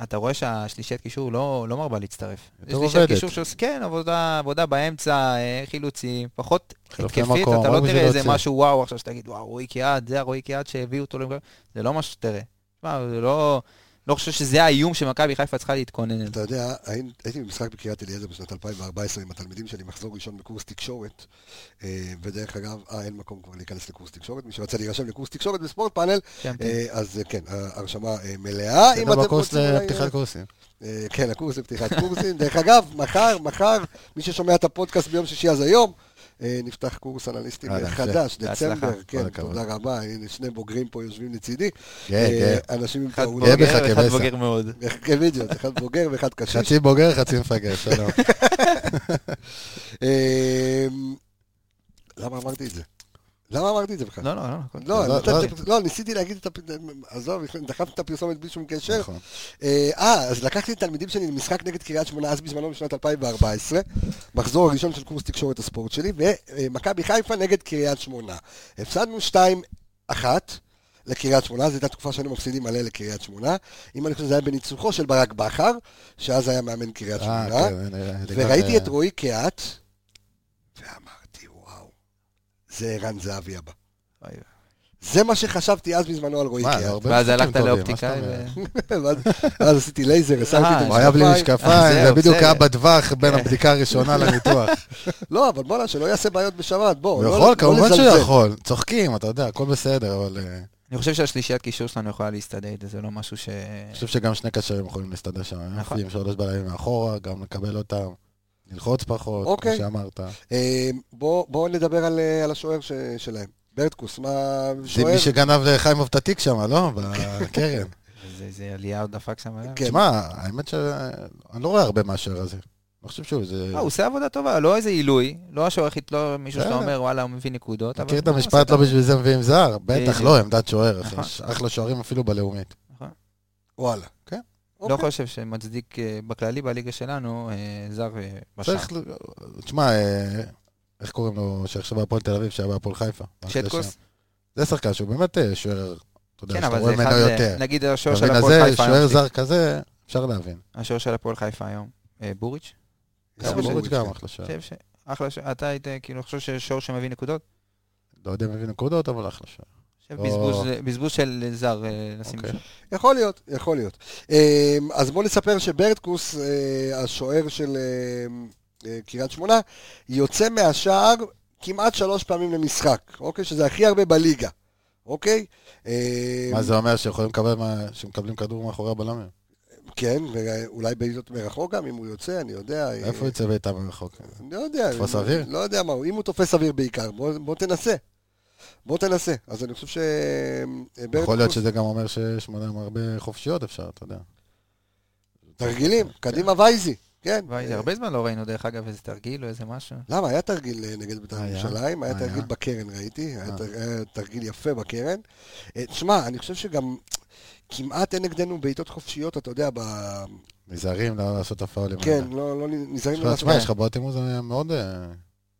[SPEAKER 3] אתה רואה שהשלישיית קישור לא, לא מרבה להצטרף.
[SPEAKER 2] יותר
[SPEAKER 3] יש שלישיית
[SPEAKER 2] עובדת.
[SPEAKER 3] קישור שעושה, כן, עבודה, עבודה באמצע, אה, חילוצים, פחות
[SPEAKER 2] חילופי
[SPEAKER 3] התקפית,
[SPEAKER 2] מקום,
[SPEAKER 3] אתה
[SPEAKER 2] רק
[SPEAKER 3] לא
[SPEAKER 2] בשביל
[SPEAKER 3] תראה איזה
[SPEAKER 2] להוציא.
[SPEAKER 3] משהו וואו עכשיו שתגיד, וואו, רועי קיאט, זה הרועי קיאט שהביאו אותו, למקום." זה לא מה שתראה. תשמע, זה לא, לא חושב שזה האיום שמכבי חיפה צריכה להתכונן אליו.
[SPEAKER 1] אתה יודע, היינו- הייתי במשחק בקריית אליעזר בשנת 2014 עם התלמידים שלי, מחזור ראשון בקורס תקשורת, אה, ודרך אגב, אה, אין מקום כבר להיכנס לקורס תקשורת, מי שרצה להירשם לקורס תקשורת בספורט פאנל,
[SPEAKER 3] שם,
[SPEAKER 1] אה, אז אה, כן, ההרשמה אה, מלאה.
[SPEAKER 2] זה לא
[SPEAKER 1] אם אתם
[SPEAKER 2] בקורס
[SPEAKER 1] רוצים אולי, אה,
[SPEAKER 2] לפתיחת קורסים.
[SPEAKER 1] אה, כן, הקורס זה פתיחת קורסים. דרך אגב, מחר, מחר, מי ששומע את הפודקאסט ביום שישי אז היום, אה, נפתח קורס אנליסטים
[SPEAKER 2] יאללה,
[SPEAKER 1] חדש,
[SPEAKER 3] בהצלחה.
[SPEAKER 1] דצמבר,
[SPEAKER 2] כל
[SPEAKER 1] כן,
[SPEAKER 2] הכבוד.
[SPEAKER 1] תודה רבה, הנה שני בוגרים פה יושבים לצידי,
[SPEAKER 2] גאה, גאה.
[SPEAKER 1] אה, אנשים עם
[SPEAKER 3] לא אחד
[SPEAKER 1] טעונות,
[SPEAKER 2] גאה בך
[SPEAKER 3] בוגר ואחד
[SPEAKER 2] כבסע.
[SPEAKER 3] בוגר מאוד.
[SPEAKER 1] כן, בדיוק, אחד בוגר ואחד קשיש,
[SPEAKER 2] חצי בוגר, חצי מפגר, שלום.
[SPEAKER 1] אה, למה אמרתי את זה? למה אמרתי את זה בכלל?
[SPEAKER 3] לא, לא, לא. הכל
[SPEAKER 1] לא,
[SPEAKER 2] לא,
[SPEAKER 1] נתתי-
[SPEAKER 2] לא.
[SPEAKER 1] לא, ניסיתי להגיד את הפרסומת, עזוב, דחפתי את הפרסומת בלי שום קשר,
[SPEAKER 2] נכון.
[SPEAKER 1] אה, אה, אז לקחתי את התלמידים שלי למשחק נגד קריית שמונה, אז בזמנו בשנת 2014, מחזור הראשון של קורס תקשורת הספורט שלי, ומכבי חיפה נגד קריית שמונה. הפסדנו 2-1 לקריית שמונה, זו הייתה תקופה שהיינו מפסידים מלא לקריית שמונה. אם אני חושב שזה היה בניצוחו של ברק בכר, שאז היה מאמן קריית
[SPEAKER 2] אה,
[SPEAKER 1] שמונה,
[SPEAKER 2] כן, אני- אני-
[SPEAKER 1] וראיתי
[SPEAKER 2] אני-
[SPEAKER 1] את רועי קהת, ואמרתי, וואו, זה ערן זהבי הבא.
[SPEAKER 3] אוי,
[SPEAKER 1] זה מה שחשבתי אז בזמנו על רועי
[SPEAKER 2] מה, לא
[SPEAKER 1] קיאט.
[SPEAKER 2] הרבה
[SPEAKER 3] ואז
[SPEAKER 2] משחקים
[SPEAKER 3] הלכת אה,
[SPEAKER 2] טובים, מה
[SPEAKER 3] לאופטיקאי
[SPEAKER 2] זאת אומרת?
[SPEAKER 3] ו...
[SPEAKER 1] כן, ואז ואז עשיתי לייזר,
[SPEAKER 3] אה,
[SPEAKER 1] הסרתי את
[SPEAKER 2] הוא היה בלי
[SPEAKER 1] המשקפיים.
[SPEAKER 2] משקפיים,
[SPEAKER 3] אה,
[SPEAKER 2] זה
[SPEAKER 3] זהו,
[SPEAKER 2] בדיוק
[SPEAKER 3] בסדר. כן.
[SPEAKER 2] היה בטווח בין הבדיקה הראשונה לניתוח.
[SPEAKER 1] לא, אבל בואנה, שלא יעשה בעיות בשבת, בואו.
[SPEAKER 2] הוא
[SPEAKER 1] לא-
[SPEAKER 2] יכול,
[SPEAKER 1] לא
[SPEAKER 2] נכון, כמובן שהוא
[SPEAKER 1] לזלזל.
[SPEAKER 2] יכול. צוחקים, אתה יודע, הכל בסדר, אבל אה, אני
[SPEAKER 3] אני חושב שהשלישיית קישור שלנו יכולה להסתדר איתה, זה לא משהו ש...
[SPEAKER 2] חושב שגם שני קשרים יכולים להסתדר שם. הם
[SPEAKER 3] נכון.
[SPEAKER 2] יפים שלוש בלמים מאחורה, גם לקבל אותם, ללחוץ פחות, כמו
[SPEAKER 1] אוקיי.
[SPEAKER 2] שאמרת.
[SPEAKER 1] אה, בוא- בואו נדבר על אה, על השוער ש- שלהם. ברטקוס, מה...
[SPEAKER 2] זה
[SPEAKER 1] שוער?
[SPEAKER 2] מי שגנב לחיימוב את התיק שם, לא? בקרן.
[SPEAKER 3] זה- זה עלייה עוד דפק שם עליו.
[SPEAKER 1] כן.
[SPEAKER 2] תשמע, האמת שאני לא רואה הרבה מהשוער הזה. אני חושב שוב, זה...
[SPEAKER 3] אה, הוא עושה עבודה טובה, לא איזה עילוי, לא השוער הכי, לא מישהו שאתה
[SPEAKER 2] בסדר.
[SPEAKER 3] אומר, וואלה, הוא מביא נקודות. אבל
[SPEAKER 2] מכיר את
[SPEAKER 3] הוא עושה
[SPEAKER 2] המשפט לא בשביל זה מביאים זר? בטח
[SPEAKER 3] בדיוק.
[SPEAKER 2] לא, עמדת שוער, אחי.
[SPEAKER 3] נכון.
[SPEAKER 2] יש אחלה שוערים אפילו בלאומית.
[SPEAKER 1] וואלה.
[SPEAKER 2] כן.
[SPEAKER 3] לא
[SPEAKER 1] אוקיי.
[SPEAKER 3] חושב שמצדיק אה, בכללי בליגה שלנו אה, זר אה, בשער.
[SPEAKER 2] צריך... ל- תשמע, אה, איך קוראים לו, שעכשיו בהפועל תל אביב, שהיה בהפועל חיפה?
[SPEAKER 3] שטקוס?
[SPEAKER 2] זה שחקן שהוא באמת אה, שוער, אתה יודע,
[SPEAKER 3] כן,
[SPEAKER 2] שאתה
[SPEAKER 3] אבל
[SPEAKER 2] רואה
[SPEAKER 3] זה אחד,
[SPEAKER 2] ממנו יותר.
[SPEAKER 3] אה, נגיד השוער של
[SPEAKER 2] במין
[SPEAKER 3] הפועל
[SPEAKER 2] הזה,
[SPEAKER 3] חיפה
[SPEAKER 2] שוער
[SPEAKER 3] היום, כן.
[SPEAKER 2] זר כזה, אפשר להבין.
[SPEAKER 3] השוער של הפועל חיפה היום, אה, בוריץ',
[SPEAKER 1] גם
[SPEAKER 2] גם
[SPEAKER 1] בוריץ',
[SPEAKER 2] בוריץ' גם
[SPEAKER 1] כן.
[SPEAKER 2] אחלה שוער.
[SPEAKER 3] חושב ש... אחלה, ש- אתה היית, כאילו, חושב שיש שוער שמביא נקודות?
[SPEAKER 2] לא יודע אם הביא נקודות, אבל אחלה שוער.
[SPEAKER 3] חושב
[SPEAKER 2] או.
[SPEAKER 3] בזבוז- בזבוז של זר, אה, לשים
[SPEAKER 2] לא. אוקיי.
[SPEAKER 3] שם.
[SPEAKER 1] כן. יכול להיות, יכול להיות. אה, אז בואו נספר שברטקוס, אה, השוער של אה, אה, קריית שמונה, יוצא מהשער כמעט שלוש פעמים למשחק, אוקיי? שזה הכי הרבה בליגה, אוקיי? אה,
[SPEAKER 2] מה זה אומר, שיכולים לקבל, מה- שמקבלים כדור מאחורי הבלמים?
[SPEAKER 1] כן, ואולי בעיטות מרחוק גם, אם הוא יוצא, אני יודע. אה,
[SPEAKER 2] איפה הוא יצא בעיטה מרחוק?
[SPEAKER 3] אה,
[SPEAKER 1] אני לא יודע.
[SPEAKER 2] תופס
[SPEAKER 1] אם-
[SPEAKER 2] אוויר?
[SPEAKER 1] לא יודע מה הוא. אם הוא תופס אוויר בעיקר, בוא, בוא תנסה. בוא תנסה. אז אני חושב ש... אה,
[SPEAKER 2] יכול להיות שזה גם אומר שיש מונעים הרבה חופשיות אפשר, אתה יודע.
[SPEAKER 1] תרגילים, קדימה וייזי. כן.
[SPEAKER 3] וואי, זה הרבה זמן לא ראינו, דרך אגב, איזה תרגיל או איזה משהו.
[SPEAKER 1] למה? היה תרגיל אה, נגד בית"ר
[SPEAKER 2] היה,
[SPEAKER 1] ירושלים, היה
[SPEAKER 2] היה.
[SPEAKER 1] תרגיל בקרן, ראיתי. היה
[SPEAKER 2] אה.
[SPEAKER 1] תר- היה תרגיל יפה בקרן. אה, תשמע, אני חושב שגם כמעט אין נגדנו בעיטות חופשיות, אתה יודע, ב...
[SPEAKER 2] נזהרים לא לעשות הפאולים.
[SPEAKER 1] כן,
[SPEAKER 2] האלה.
[SPEAKER 1] לא לא נזהרים
[SPEAKER 2] תשמע,
[SPEAKER 1] לעשות...
[SPEAKER 2] תשמע, יש לך בעיות אימון אה, מאוד אה,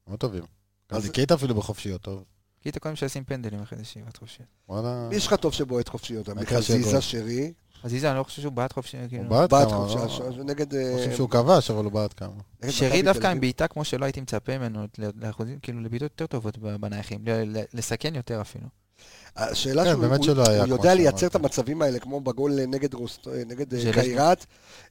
[SPEAKER 2] מאוד טובים. גם
[SPEAKER 1] אז-
[SPEAKER 2] ניקית אפילו בחופשיות, טוב.
[SPEAKER 3] כי אתה קודם שעושים פנדלים אחרי זה שאיבת חופשית.
[SPEAKER 2] וואלה.
[SPEAKER 1] יש לך טוב שבועט חופשיות,
[SPEAKER 2] העיקר
[SPEAKER 1] עמיחי
[SPEAKER 2] שיהיה גול.
[SPEAKER 1] זיזה, שרי,
[SPEAKER 3] עזיזה, אני לא חושב שהוא בעט חופשי, כאילו.
[SPEAKER 2] הוא בעט
[SPEAKER 1] בעט
[SPEAKER 2] כמה. לא-
[SPEAKER 1] חופשיות, נגד... אה,
[SPEAKER 2] חושבים שהוא כבש, אבל הוא בעט כמה.
[SPEAKER 1] נגד כן, מכבי
[SPEAKER 3] שרי
[SPEAKER 1] תל
[SPEAKER 3] דווקא
[SPEAKER 1] אביב.
[SPEAKER 3] עם בעיטה כמו שלא הייתי מצפה ממנו, ל- לאחוזים, כאילו לבעיטות יותר טובות ב- בנייחים, ל- ל- לסכן יותר אפילו.
[SPEAKER 1] השאלה
[SPEAKER 2] כן,
[SPEAKER 1] שהוא
[SPEAKER 2] באמת
[SPEAKER 1] הוא-
[SPEAKER 2] שלא היה,
[SPEAKER 1] הוא
[SPEAKER 2] כמו
[SPEAKER 1] יודע לייצר
[SPEAKER 2] שאמרת.
[SPEAKER 1] את המצבים האלה, כמו בגול אה, נגד רוס- אה, נגד אה,
[SPEAKER 3] של
[SPEAKER 1] קיירת.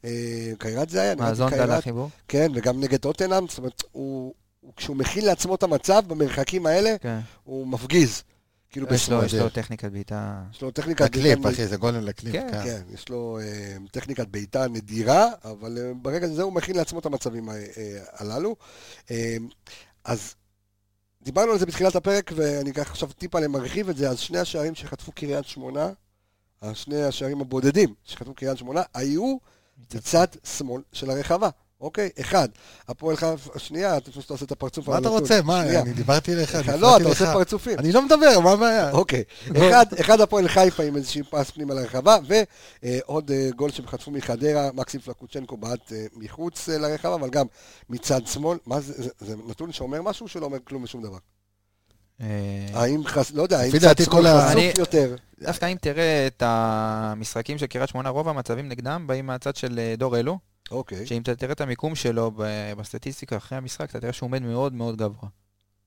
[SPEAKER 1] אה, קיירת זה היה? נראה
[SPEAKER 3] מה,
[SPEAKER 1] לי
[SPEAKER 3] זונדה
[SPEAKER 1] קיירת.
[SPEAKER 3] לחיבור?
[SPEAKER 1] כן, וגם נגד טוטנאם, זאת אומרת, הוא- הוא- כשהוא מכין לעצמו את המצב במרחקים האלה,
[SPEAKER 3] כן.
[SPEAKER 1] הוא מפגיז. כאילו
[SPEAKER 3] יש לו-
[SPEAKER 1] בשמאל.
[SPEAKER 3] יש לו טכניקת בעיטה.
[SPEAKER 1] יש לו טכניקת
[SPEAKER 2] לקליפ,
[SPEAKER 1] בעיטה-
[SPEAKER 2] אחי, זה גולם לקליפ.
[SPEAKER 3] כן,
[SPEAKER 2] כן.
[SPEAKER 1] כן, יש לו אה, טכניקת בעיטה נדירה, אבל אה, ברגע הזה הוא מכין לעצמו את המצבים ה- אה, הללו. אה, אז דיברנו על זה בתחילת הפרק, ואני ככה עכשיו טיפה למרחיב את זה, אז שני השערים שחטפו קריית שמונה, שני השערים הבודדים שחטפו קריית שמונה, היו מצד שמאל של הרחבה. אוקיי? אחד, הפועל חיפה, שנייה, אתה פשוט עושה את הפרצוף
[SPEAKER 2] מה אתה
[SPEAKER 1] הנתון.
[SPEAKER 2] רוצה? מה,
[SPEAKER 1] שנייה.
[SPEAKER 2] אני דיברתי לך, אני
[SPEAKER 1] לא, אתה
[SPEAKER 2] הפרעתי
[SPEAKER 1] עושה
[SPEAKER 2] לך.
[SPEAKER 1] פרצופים.
[SPEAKER 2] אני לא מדבר, מה הבעיה?
[SPEAKER 1] אוקיי. אחד, אחד הפועל חיפה עם איזושהי פס פנימה לרחבה, ועוד אה, גול שהם חטפו מחדרה, מקסים פלקוצ'נקו בעט אה, מחוץ אה, לרחבה, אבל גם מצד שמאל. מה זה, זה, זה נתון שאומר משהו או שלא אומר כלום ושום דבר?
[SPEAKER 3] אה,
[SPEAKER 1] האם חס... לא יודע, האם
[SPEAKER 2] לפי
[SPEAKER 1] צד
[SPEAKER 2] דעתי
[SPEAKER 1] שמאל
[SPEAKER 2] כל ה-
[SPEAKER 1] חשוף
[SPEAKER 3] אני-
[SPEAKER 1] יותר?
[SPEAKER 3] דווקא אם תראה את המשחקים של קריית שמונה, רוב המצבים נגדם באים מהצד של אה, דור אלו,
[SPEAKER 1] אוקיי.
[SPEAKER 3] שאם אתה תראה את המיקום שלו ב- בסטטיסטיקה אחרי המשחק, אתה תראה שהוא עומד מאוד מאוד גבוה.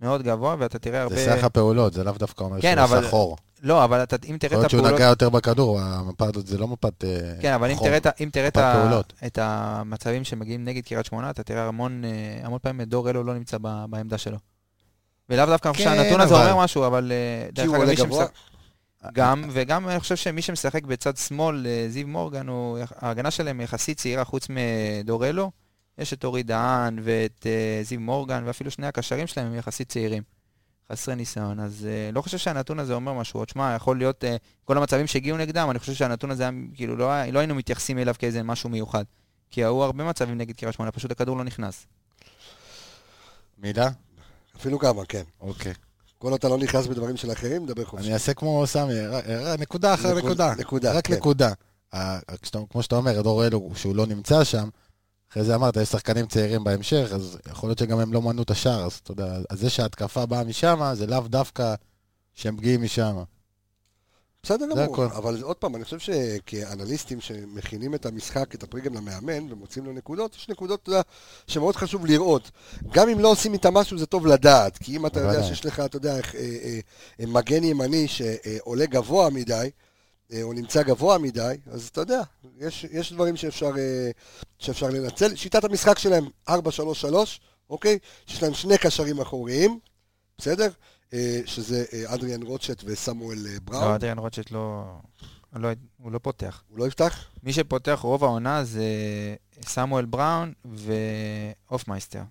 [SPEAKER 3] מאוד גבוה, ואתה תראה הרבה...
[SPEAKER 2] זה סך הפעולות, זה לאו דווקא אומר
[SPEAKER 3] כן,
[SPEAKER 2] שהוא עשה
[SPEAKER 3] אבל-
[SPEAKER 2] חור.
[SPEAKER 3] לא, אבל אתה, אם תראה
[SPEAKER 2] יכול
[SPEAKER 3] את
[SPEAKER 2] להיות שהוא
[SPEAKER 3] הפעולות...
[SPEAKER 2] נגע יותר בכדור, המפה הזאת זה לא מפת אה,
[SPEAKER 3] כן, אבל אם
[SPEAKER 2] חור.
[SPEAKER 3] תראה, את ה- אם תראה את,
[SPEAKER 2] מפת
[SPEAKER 3] ה,
[SPEAKER 2] פעולות.
[SPEAKER 3] את המצבים שמגיעים נגד קריית שמונה, אתה תראה המון, אה, המון פעמים את דור אלו לא נמצא ב, בעמדה שלו. ולאו דווקא אני חושב
[SPEAKER 2] כן,
[SPEAKER 3] שהנתון הזה
[SPEAKER 2] אבל-
[SPEAKER 3] אומר משהו, אבל אה,
[SPEAKER 1] כי
[SPEAKER 3] דרך
[SPEAKER 1] הוא
[SPEAKER 3] אגב,
[SPEAKER 1] עולה
[SPEAKER 3] מי
[SPEAKER 1] גבוה?
[SPEAKER 3] שמשחק... גם, וגם אני חושב שמי שמשחק בצד שמאל, אה, זיו מורגן, הוא, ההגנה שלהם יחסית צעירה חוץ מדור אלו. יש את אורי דהן ואת אה, זיו מורגן, ואפילו שני הקשרים שלהם הם יחסית צעירים. חסרי ניסיון, אז אה, לא חושב שהנתון הזה אומר משהו. עוד שמע, יכול להיות, אה, כל המצבים שהגיעו נגדם, אני חושב שהנתון הזה, היה, כאילו, לא, היה- לא היינו מתייחסים אליו כאיזה משהו מיוחד. כי היו הרבה מצבים נגד קריית שמונה, פשוט הכדור לא נכנס.
[SPEAKER 2] מילה?
[SPEAKER 1] אפילו כמה, כן.
[SPEAKER 2] אוקיי.
[SPEAKER 1] כל עוד אתה לא נכנס בדברים של אחרים, דבר חופשי.
[SPEAKER 2] אני אעשה כמו סמי, רק- רק נקודה אחר
[SPEAKER 1] נקוד-
[SPEAKER 2] נקודה.
[SPEAKER 1] נקודה,
[SPEAKER 2] רק
[SPEAKER 1] כן.
[SPEAKER 2] נקודה. ה- כשאתה- כמו שאתה אומר, הדור אלו, שהוא לא נמצא שם, אחרי זה אמרת, יש שחקנים צעירים בהמשך, אז יכול להיות שגם הם לא מנעו את השער, אז אתה יודע, אז זה שההתקפה באה משם, זה לאו דווקא שהם פגיעים משם.
[SPEAKER 1] בסדר
[SPEAKER 2] זה
[SPEAKER 1] גמור,
[SPEAKER 2] הכל.
[SPEAKER 1] אבל עוד פעם, אני חושב שכאנליסטים שמכינים את המשחק, את הפריגם למאמן ומוצאים לו נקודות, יש נקודות אתה יודע, שמאוד חשוב לראות. גם אם לא עושים איתה משהו, זה טוב לדעת, כי אם אתה יודע
[SPEAKER 2] בוודאי.
[SPEAKER 1] שיש לך, אתה יודע, איך, אה, אה, אה, מגן ימני שעולה גבוה מדי, אה, או נמצא גבוה מדי, אז אתה יודע, יש, יש דברים שאפשר, אה, שאפשר לנצל. שיטת המשחק שלהם, 4-3-3, אוקיי? שיש להם שני קשרים אחוריים, בסדר? אה, שזה אה, אדריאן רוטשט וסמואל אה,
[SPEAKER 3] לא,
[SPEAKER 1] בראון.
[SPEAKER 3] אדריאן רוטשט לא... לא... הוא לא פותח.
[SPEAKER 1] הוא לא יפתח?
[SPEAKER 3] מי שפותח רוב העונה זה סמואל בראון והופמייסטר.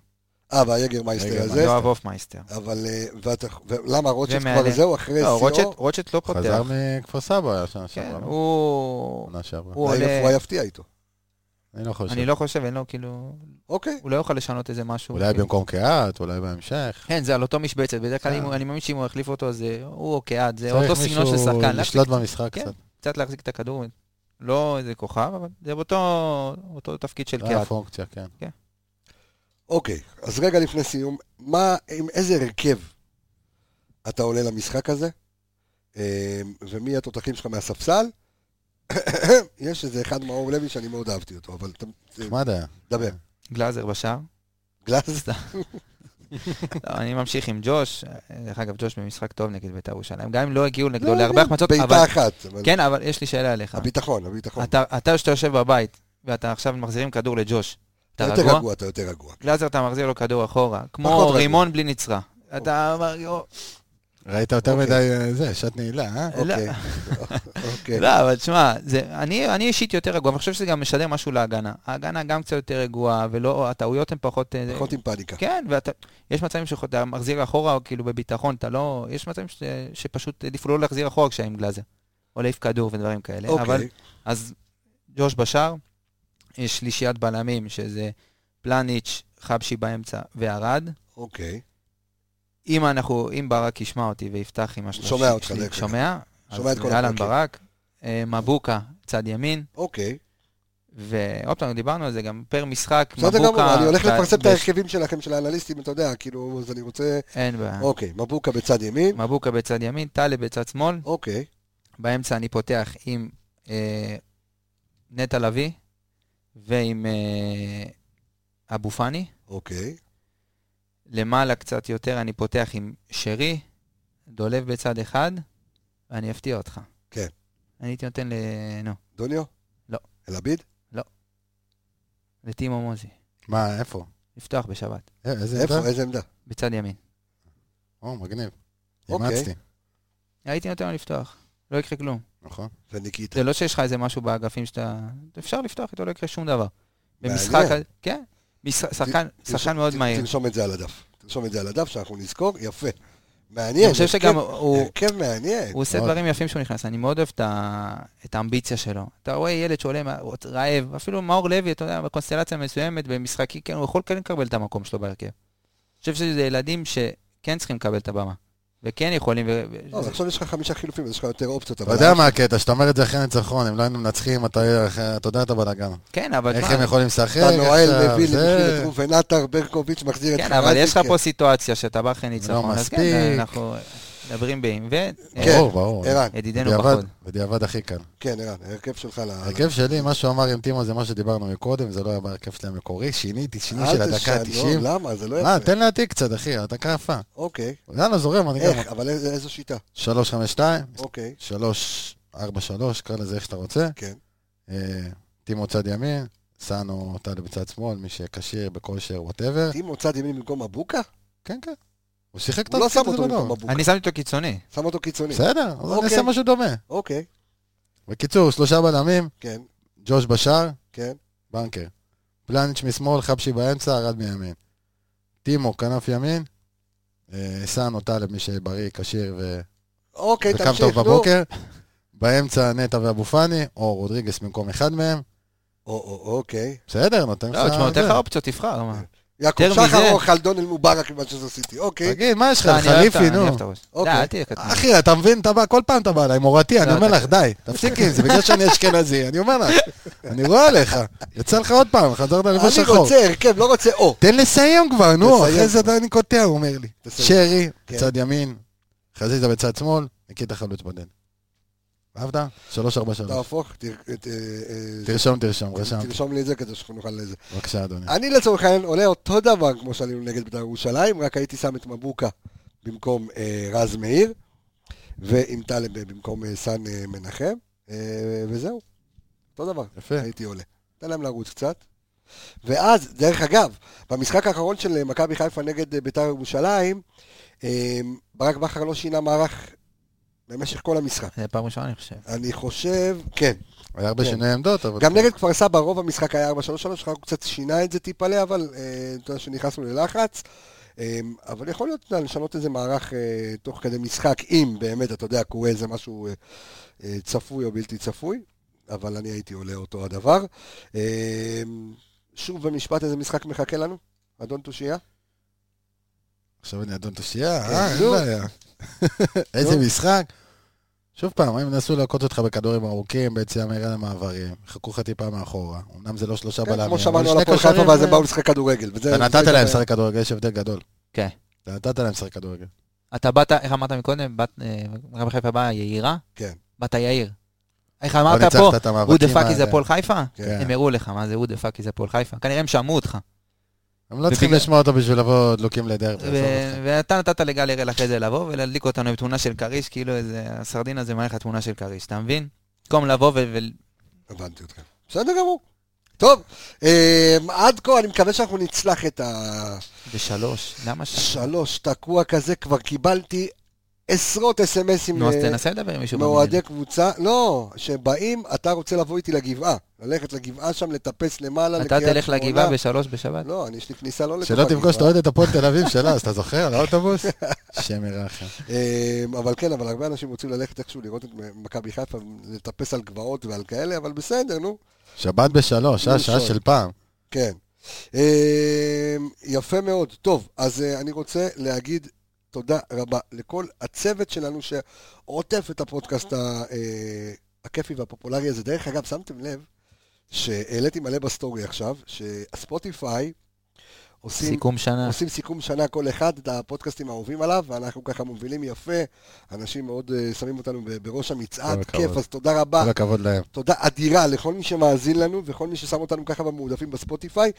[SPEAKER 1] אה, והיגר מייסטר
[SPEAKER 2] יגר
[SPEAKER 1] הזה.
[SPEAKER 3] יואב הופמייסטר.
[SPEAKER 1] אבל אה, ואתה- ולמה רוטשט כבר
[SPEAKER 3] ומעלה.
[SPEAKER 1] זהו אחרי E
[SPEAKER 3] לא,
[SPEAKER 1] שיאו?
[SPEAKER 3] רוטשט- רוטשט לא פותח.
[SPEAKER 2] חזר מכפר סבא השנה
[SPEAKER 3] כן,
[SPEAKER 2] שעברה. לא?
[SPEAKER 3] הוא...
[SPEAKER 2] עונה שעברה.
[SPEAKER 3] הוא
[SPEAKER 1] אולי
[SPEAKER 3] עולה...
[SPEAKER 1] רפואה יפתיע איתו.
[SPEAKER 2] אני לא חושב.
[SPEAKER 3] אני לא חושב, אין לו כאילו...
[SPEAKER 1] אוקיי.
[SPEAKER 3] הוא לא יוכל לשנות איזה משהו.
[SPEAKER 2] אולי במקום קהת, אולי בהמשך.
[SPEAKER 3] כן, זה על אותו משבצת, בדרך כלל
[SPEAKER 2] כן.
[SPEAKER 3] אם הוא- אני מאמין שאם הוא יחליף אותו, זה הוא או קהד, כן, זה
[SPEAKER 2] צריך
[SPEAKER 3] אותו סגנון של
[SPEAKER 2] מישהו
[SPEAKER 3] שחקן,
[SPEAKER 2] לשלוט במשחק
[SPEAKER 3] כן.
[SPEAKER 2] קצת.
[SPEAKER 3] קצת להחזיק את הכדור, לא איזה כוכב, אבל זה באותו אותו תפקיד של
[SPEAKER 2] זה
[SPEAKER 3] קהד.
[SPEAKER 2] הפונקציה, כן.
[SPEAKER 1] אוקיי, אז רגע לפני סיום, מה, עם איזה הרכב אתה עולה למשחק הזה? אה, ומי התותחים שלך מהספסל? יש איזה אחד מאור לוי שאני מאוד אהבתי אותו, אבל ת-
[SPEAKER 2] נחמד היה.
[SPEAKER 1] דבר.
[SPEAKER 3] גלאזר בשער.
[SPEAKER 1] גלאזר?
[SPEAKER 3] לא, אני ממשיך עם ג'וש, דרך אגב, ג'וש במשחק טוב נגד בית"ר ירושלים, גם אם לא הגיעו נגדו להרבה החמצות, אבל...
[SPEAKER 1] אה, בעיטה אחת. אבל-
[SPEAKER 3] כן, אבל יש לי שאלה אליך.
[SPEAKER 1] הביטחון, הביטחון.
[SPEAKER 3] אתה, אתה שאתה יושב בבית, ואתה עכשיו מחזירים כדור לג'וש,
[SPEAKER 1] אתה
[SPEAKER 3] אתה
[SPEAKER 1] יותר
[SPEAKER 3] רגוע?
[SPEAKER 1] רגוע, אתה יותר רגוע.
[SPEAKER 3] גלאזר אתה מחזיר לו כדור אחורה,
[SPEAKER 1] פחות
[SPEAKER 3] כמו
[SPEAKER 1] רגוע.
[SPEAKER 3] רימון בלי נצרה. אתה אמר, "יו,
[SPEAKER 2] ראית יותר
[SPEAKER 1] אוקיי.
[SPEAKER 2] מדי אה, זה, שעת נעילה, אה?
[SPEAKER 3] לא.
[SPEAKER 1] אוקיי. אוקיי.
[SPEAKER 3] לא, אבל תשמע, זה- אני אני אישית יותר רגוע, ואני חושב שזה גם משדר משהו להגנה. ההגנה גם קצת יותר רגועה, ולא, הטעויות הן פחות... אה,
[SPEAKER 1] פחות עם פאניקה.
[SPEAKER 3] כן, ואתה, יש מצבים שאתה מחזיר אחורה, כאילו בביטחון, אתה לא, יש מצבים ש, שפשוט העדיפו לא להחזיר אחורה כשהיה עם גלאזר, או להעיף כדור ודברים כאלה.
[SPEAKER 1] אוקיי.
[SPEAKER 3] אבל, אז ג'וש בשאר, יש שלישיית בלמים, שזה פלניץ', חבשי באמצע וארד.
[SPEAKER 1] אוקיי.
[SPEAKER 3] אם אנחנו, אם ברק ישמע אותי ויפתח עם השלושים,
[SPEAKER 1] שומע אותך,
[SPEAKER 3] שלי-
[SPEAKER 1] דרך אגב.
[SPEAKER 3] שומע?
[SPEAKER 1] שומע את כל
[SPEAKER 3] אז אהלן
[SPEAKER 1] הפרקים.
[SPEAKER 3] ברק, אה, מבוקה, צד ימין.
[SPEAKER 1] אוקיי.
[SPEAKER 3] ועוד פעם, דיברנו על זה גם פר משחק, מבוקה...
[SPEAKER 1] בסדר גמור, אני הולך
[SPEAKER 3] ב-
[SPEAKER 1] לפרסם את
[SPEAKER 3] בש-
[SPEAKER 1] ההרכבים שלכם, של האנליסטים, אתה יודע, כאילו, אז אני רוצה...
[SPEAKER 3] אין בעיה.
[SPEAKER 1] אוקיי, מבוקה בצד ימין.
[SPEAKER 3] מבוקה בצד ימין, טלב בצד שמאל.
[SPEAKER 1] אוקיי.
[SPEAKER 3] באמצע אני פותח עם אה, נטע לביא ועם אה, אבו פאני.
[SPEAKER 1] אוקיי.
[SPEAKER 3] למעלה קצת יותר אני פותח עם שרי, דולב בצד אחד, ואני אפתיע אותך.
[SPEAKER 1] כן.
[SPEAKER 3] אני הייתי נותן ל... נו,
[SPEAKER 1] דוניו?
[SPEAKER 3] לא.
[SPEAKER 1] אלעביד?
[SPEAKER 3] לטימו מוזי,
[SPEAKER 2] מה, איפה?
[SPEAKER 3] לפתוח בשבת,
[SPEAKER 2] אה, איזה עמדה?
[SPEAKER 1] איפה? איזה עמדה?
[SPEAKER 3] בצד ימין.
[SPEAKER 2] או, מגניב.
[SPEAKER 1] אוקיי.
[SPEAKER 2] אימצתי,
[SPEAKER 3] הייתי נותן לו לפתוח, לא יקרה כלום.
[SPEAKER 2] נכון?
[SPEAKER 1] וניקיטה.
[SPEAKER 3] זה לא שיש לך איזה משהו באגפים שאתה... אפשר לפתוח איתו, לא יקרה שום דבר.
[SPEAKER 1] מעניין.
[SPEAKER 3] במשחק... ה- כן. מש- שחקן- שחקן מאוד
[SPEAKER 1] ת-
[SPEAKER 3] מהיר.
[SPEAKER 1] תרשום את זה על הדף. תרשום את זה על הדף, שאנחנו נזכור. יפה. מעניין. כן.
[SPEAKER 3] אני חושב שגם
[SPEAKER 1] הרכב-
[SPEAKER 3] הוא...
[SPEAKER 1] הרכב מעניין.
[SPEAKER 3] הוא עושה
[SPEAKER 2] מאוד.
[SPEAKER 3] דברים יפים שהוא נכנס, אני מאוד אוהב את ה- את האמביציה שלו. אתה רואה ילד שעולה מה- הוא רעב, אפילו מאור לוי, אתה יודע, בקונסטלציה מסוימת, במשחקי, כן, הוא יכול כן לקבל את המקום שלו בהרכב. אני חושב שזה ילדים שכן צריכים לקבל את הבמה, וכן יכולים, ו-
[SPEAKER 1] לא, אבל עכשיו יש לך חמישה חילופים, אז יש לך יותר אופציות.
[SPEAKER 2] אתה
[SPEAKER 1] אבל
[SPEAKER 2] יודע מה הקטע, שאתה אומר את זה אחרי ניצחון, אם לא היינו מנצחים, אתה אתה יודע את הבלאגן.
[SPEAKER 3] כן, אבל
[SPEAKER 2] איך
[SPEAKER 3] מה-
[SPEAKER 2] הם יכולים לשחק?
[SPEAKER 1] אתה נועל,
[SPEAKER 2] עכשיו,
[SPEAKER 1] מביא לי
[SPEAKER 2] זה-
[SPEAKER 1] בשביל את ראובן עטר, ברקוביץ', מחזיר את
[SPEAKER 3] כן,
[SPEAKER 1] חרזי,
[SPEAKER 3] אבל יש לך
[SPEAKER 1] כן.
[SPEAKER 3] פה סיטואציה שאתה בא אחרי ניצחון, אז כן,
[SPEAKER 2] לא מספיק.
[SPEAKER 3] אנחנו מדברים אה, בים,
[SPEAKER 2] ברור, ברור.
[SPEAKER 1] ערן,
[SPEAKER 3] וידידנו
[SPEAKER 2] כן. בדיעבד,
[SPEAKER 3] בחוד.
[SPEAKER 2] בדיעבד הכי קל.
[SPEAKER 1] כן, ערן, ההרכב שלך ל...
[SPEAKER 2] ההרכב שלי, מה שהוא אמר עם טימו זה מה שדיברנו מקודם, זה לא היה בהרכב שלי המקורי, שיניתי, שינוי
[SPEAKER 1] אל
[SPEAKER 2] של הדקה
[SPEAKER 1] תשנו,
[SPEAKER 2] ה-90.
[SPEAKER 1] למה? זה לא
[SPEAKER 2] מה,
[SPEAKER 1] יפה.
[SPEAKER 2] תן להעתיק קצת, אחי, הדקה יפה.
[SPEAKER 1] אוקיי.
[SPEAKER 2] יאללה, זורם, אני גם...
[SPEAKER 1] איך? אבל איזה איזו שיטה?
[SPEAKER 2] 352,
[SPEAKER 1] אוקיי.
[SPEAKER 2] 343, קרא לזה איך שאתה רוצה.
[SPEAKER 1] כן.
[SPEAKER 2] אה, טימו צד ימין, סאנו טל בצד שמאל, מי שכשיר, בכושר, וואטאבר.
[SPEAKER 1] טימו צד ימין במקום מבוקה?
[SPEAKER 2] כן, כן. הוא שיחק
[SPEAKER 1] הוא לא שם
[SPEAKER 2] תפקיד,
[SPEAKER 1] אותו
[SPEAKER 2] זה
[SPEAKER 1] במקום
[SPEAKER 2] לא.
[SPEAKER 1] מבוקה.
[SPEAKER 3] אני שמתי אותו קיצוני.
[SPEAKER 1] שם אותו קיצוני.
[SPEAKER 2] בסדר, אז אני
[SPEAKER 1] אוקיי.
[SPEAKER 2] אעשה משהו דומה.
[SPEAKER 1] אוקיי.
[SPEAKER 2] בקיצור, שלושה בלמים,
[SPEAKER 1] כן,
[SPEAKER 2] ג'וש בשער,
[SPEAKER 1] כן.
[SPEAKER 2] בנקר. פלניץ' משמאל, חבשי באמצע, ארד מימין. טימו, כנף ימין. אה, סאנו טלב, מי שבריא, כשיר ו-
[SPEAKER 1] אוקיי,
[SPEAKER 2] וקם
[SPEAKER 1] תמשיך,
[SPEAKER 2] טוב
[SPEAKER 1] נו.
[SPEAKER 2] בבוקר. באמצע נטע ואבו פאני, או רודריגס במקום אחד מהם.
[SPEAKER 1] או, או, אוקיי.
[SPEAKER 2] בסדר, נותן לך...
[SPEAKER 3] לא, תשמע, נותן לך
[SPEAKER 2] זה.
[SPEAKER 3] אופציות, תבחר. מה.
[SPEAKER 1] יעקב
[SPEAKER 3] יותר
[SPEAKER 1] שחר
[SPEAKER 3] מזה.
[SPEAKER 1] או חלדון אל מובארק ממצ'סטר סיטי, אוקיי.
[SPEAKER 2] תגיד, מה יש לך?
[SPEAKER 3] לא, אני אוהב את ה-
[SPEAKER 2] חליפי,
[SPEAKER 3] אני אוהב
[SPEAKER 2] נו.
[SPEAKER 3] את הראש. די,
[SPEAKER 1] אוקיי.
[SPEAKER 3] אל תהיה קטן.
[SPEAKER 2] אחי, אתה מבין? אתה בא, כל פעם אתה בא אליי, מורתי, אני
[SPEAKER 3] לא,
[SPEAKER 2] אומר
[SPEAKER 3] אתה-
[SPEAKER 2] לך, די, תפסיקי עם זה, בגלל שאני אשכנזי, אני אומר לך, אני רואה עליך, יצא לך עוד פעם, חזרת
[SPEAKER 1] אני
[SPEAKER 2] לבוא שחור.
[SPEAKER 1] רוצה הרכב, לא רוצה או.
[SPEAKER 2] תן לסיים כבר, נו,
[SPEAKER 1] תסיים.
[SPEAKER 2] אחרי זה אתה- אני קוטע, הוא אומר לי.
[SPEAKER 1] תסיים.
[SPEAKER 2] שרי,
[SPEAKER 1] כן.
[SPEAKER 2] בצד ימין, חזיזה בצד שמאל, ניקית חלוץ בדן. אהבת? 3-4-3.
[SPEAKER 1] תהפוך, תר- ת- אה,
[SPEAKER 2] תרשום, תרשום, רשמתי.
[SPEAKER 1] תרשום אה, לי את זה כדי שנוכל לזה.
[SPEAKER 2] בבקשה, אדוני.
[SPEAKER 1] אני לצורך העניין עולה אותו דבר כמו שעלינו נגד בית"ר ירושלים, רק הייתי שם את מבוקה במקום אה, רז מאיר, ועם טלב אה, במקום אה, סאן אה, מנחם, אה, וזהו. אותו דבר,
[SPEAKER 2] יפה.
[SPEAKER 1] הייתי עולה. תן להם לרוץ קצת. ואז, דרך אגב, במשחק האחרון של אה, מכבי חיפה נגד אה, בית"ר ירושלים, אה, ברק בכר לא שינה מערך במשך כל המשחק.
[SPEAKER 3] זה פעם ראשונה, אני חושב.
[SPEAKER 1] אני חושב, כן.
[SPEAKER 2] היה הרבה
[SPEAKER 1] כן.
[SPEAKER 2] שינוי עמדות, אבל...
[SPEAKER 1] גם נגד כפר סבא, רוב המשחק היה 4-3-3, אחר כך הוא קצת שינה את זה טיפלה, אבל אה, אתה יודע שנכנסנו ללחץ. אה, אבל יכול להיות, אתה יודע, לשנות איזה מערך אה, תוך כדי משחק, אם באמת, אתה יודע, קורה איזה משהו אה, אה, צפוי או בלתי צפוי, אבל אני הייתי עולה אותו הדבר. אה, שוב במשפט, איזה משחק מחכה לנו? אדון תושייה?
[SPEAKER 2] עכשיו אני אדון תושייה,
[SPEAKER 1] כן, לא.
[SPEAKER 2] אה, אין
[SPEAKER 1] נו.
[SPEAKER 2] בעיה. איזה משחק. שוב פעם, הם ינסו להכות אותך בכדורים ארוכים, ביציאה מהירה למעברים, חכו לך טיפה מאחורה. אמנם זה לא שלושה בלמים,
[SPEAKER 1] כן, כמו
[SPEAKER 2] אבל
[SPEAKER 1] שאמרנו על
[SPEAKER 2] שני
[SPEAKER 1] הפועל חיפה,
[SPEAKER 2] קשרים,
[SPEAKER 1] ואז הם
[SPEAKER 2] אה,
[SPEAKER 1] באו לשחק כדורגל. וזה-
[SPEAKER 2] אתה נתת
[SPEAKER 1] זה-
[SPEAKER 2] להם לשחק כדורגל, יש הבדל גדול.
[SPEAKER 3] כן.
[SPEAKER 2] אתה נתת להם לשחק כדורגל.
[SPEAKER 3] אתה באת, איך אמרת מקודם? בת- אה, מכבי חיפה באה יהירה?
[SPEAKER 1] כן.
[SPEAKER 3] באת יאיר. איך
[SPEAKER 2] לא
[SPEAKER 3] אמרת
[SPEAKER 2] ניצחת
[SPEAKER 3] פה?
[SPEAKER 2] את המאבקים
[SPEAKER 3] הוא דה פאקי זה
[SPEAKER 2] האלה.
[SPEAKER 3] הפועל חיפה?
[SPEAKER 2] כן.
[SPEAKER 3] הם הראו לך, מה זה הוא דה פאקי זה הפועל חיפה? כנראה הם שמעו אותך.
[SPEAKER 2] הם לא צריכים
[SPEAKER 3] ובגלל-
[SPEAKER 2] לשמוע אותו בשביל לבוא דלוקים לדרבי. עזוב
[SPEAKER 3] ו-
[SPEAKER 2] אותך.
[SPEAKER 3] ואתה נתת לגל הראל אחרי זה לבוא ולהדליק אותנו עם תמונה של כריש, כאילו איזה הסרדין הזה מראה לך תמונה של כריש, אתה מבין? במקום לבוא ו... ו-
[SPEAKER 1] הבנתי אתכם. בסדר גמור. טוב, אה, עד כה אני מקווה שאנחנו נצלח את ה...
[SPEAKER 3] ושלוש, למה ש...
[SPEAKER 1] שלוש, תקוע כזה, כבר קיבלתי עשרות אס.אם.אסים
[SPEAKER 3] נו, אז תנסה לדבר עם מישהו. במנהל.
[SPEAKER 1] אה, מאוהדי קבוצה, לא, שבאים, אתה רוצה לבוא איתי לגבעה, ללכת לגבעה שם, לטפס למעלה,
[SPEAKER 3] אתה
[SPEAKER 1] לקריית
[SPEAKER 3] תלך
[SPEAKER 1] שמונה.
[SPEAKER 3] לגבעה בשלוש בשבת?
[SPEAKER 1] לא, אני יש לי כניסה לא לתוך
[SPEAKER 2] שלא תפגוש את
[SPEAKER 1] הגבעה.
[SPEAKER 2] אוהדת הפועל תל אביב שלה, אז אתה זוכר? על האוטובוס? שם ירחם.
[SPEAKER 1] אה, אבל כן, אבל הרבה אנשים רוצים ללכת איכשהו לראות את מכבי חיפה, לטפס על גבעות ועל כאלה, אבל בסדר, נו.
[SPEAKER 2] שבת בשלוש, אה? שעה
[SPEAKER 1] למשול.
[SPEAKER 2] של פעם.
[SPEAKER 1] כן. אה, יפה מאוד. טוב, אז אה, אני רוצה להגיד תודה רבה לכל הצוות שלנו שעוטף את הפודקאסט ה- אה, הכיפי והפופולרי הזה. דרך אגב, שמתם לב שהעליתי מלא בסטורי עכשיו, שהספוטיפיי עושים...
[SPEAKER 3] סיכום שנה.
[SPEAKER 1] עושים סיכום שנה כל אחד, את הפודקאסטים האהובים עליו, ואנחנו ככה מובילים יפה, אנשים מאוד אה, שמים אותנו ב- בראש
[SPEAKER 2] כל
[SPEAKER 1] המצעד,
[SPEAKER 2] הכבוד.
[SPEAKER 1] כיף, אז תודה רבה.
[SPEAKER 2] כל הכבוד להם.
[SPEAKER 1] תודה אדירה לכל מי שמאזין לנו וכל מי ששם אותנו ככה במועדפים בספוטיפיי.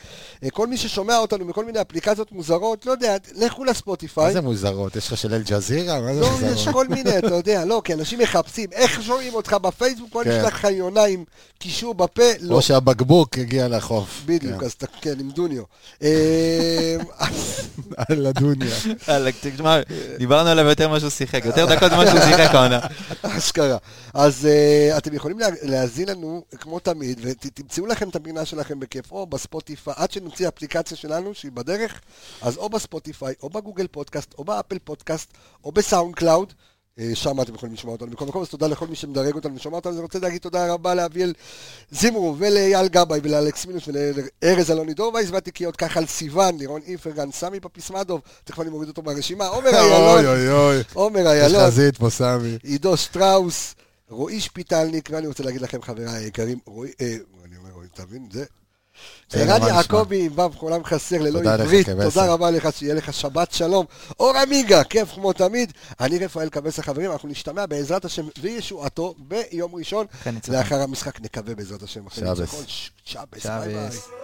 [SPEAKER 1] אה, כל מי ששומע אותנו מכל מיני אפליקציות מוזרות, לא יודע, לכו
[SPEAKER 2] מה
[SPEAKER 1] לספוטיפיי.
[SPEAKER 2] זה מוזרות? יש לך של אל-ג'זירה? מה זה
[SPEAKER 1] לא, יש
[SPEAKER 2] מוזרות?
[SPEAKER 1] כל מיני, אתה יודע, לא, כי אנשים מחפשים, איך שומעים אותך בפייסבוק, בוא
[SPEAKER 2] כן.
[SPEAKER 1] נשלח לך יונה עם קישור בפה, לא.
[SPEAKER 2] או שהבקבוק הגיע לחוף.
[SPEAKER 1] בדיוק, אז אתה, כן, עם דוניו. אה, אז-
[SPEAKER 2] כן. על הדוניה.
[SPEAKER 3] תשמע, דיברנו עליו יותר ממה שהוא שיחק, יותר דקות ממה שהוא שיחק העונה.
[SPEAKER 1] אשכרה. אז אה, אתם יכולים לה- להאזין לנו, כמו תמיד, ותמצאו לכם את הפינה שלכם בכיף, או בספוטיפיי, עד שנוציא אפליקציה שלנו שהיא בדרך, אז או בספוטיפיי, או בגוגל פודקאסט, או באפל פודקאסט, או בסאונד קלאוד. אה, שם אתם יכולים לשמוע אותנו מכל מקום, אז תודה לכל מי שמדרג אותנו ושומע אותנו. אני רוצה להגיד תודה רבה לאביאל זימרו ולאייל גבאי ולאלכס מינוס ולארז אלוני דורווייז והתיקיות ככה על סיוון, לירון איפרגן, סמי פפיסמדוב, תכף אני מוריד אותו מהרשימה, עומר
[SPEAKER 2] אוי
[SPEAKER 1] איילון,
[SPEAKER 2] אוי אוי.
[SPEAKER 1] עומר
[SPEAKER 2] יש
[SPEAKER 1] איילון,
[SPEAKER 2] חזית פה, סמי.
[SPEAKER 1] עידו שטראוס, רועי שפיטלניק, ואני רוצה להגיד לכם, חבריי היקרים, רועי, אה, אני אומר רועי, אתה מבין? זה...
[SPEAKER 2] כן,
[SPEAKER 1] ערן
[SPEAKER 2] מה נשמע?
[SPEAKER 1] יעקבי, עם ו' חולם חסר ללא
[SPEAKER 2] תודה לך,
[SPEAKER 1] עברית,
[SPEAKER 2] קבסה.
[SPEAKER 1] תודה רבה לך, שיהיה לך שבת שלום. אור עמיגה, כיף כמו תמיד. אני רפאל קבס החברים, אנחנו נשתמע בעזרת השם וישועתו ביום ראשון,
[SPEAKER 3] אחרי ניצחון.
[SPEAKER 1] לאחר המשחק נקווה בעזרת השם. אחרי
[SPEAKER 2] שבס.
[SPEAKER 1] ניצחון. ש- שבס, ביי ביי.
[SPEAKER 3] שבס.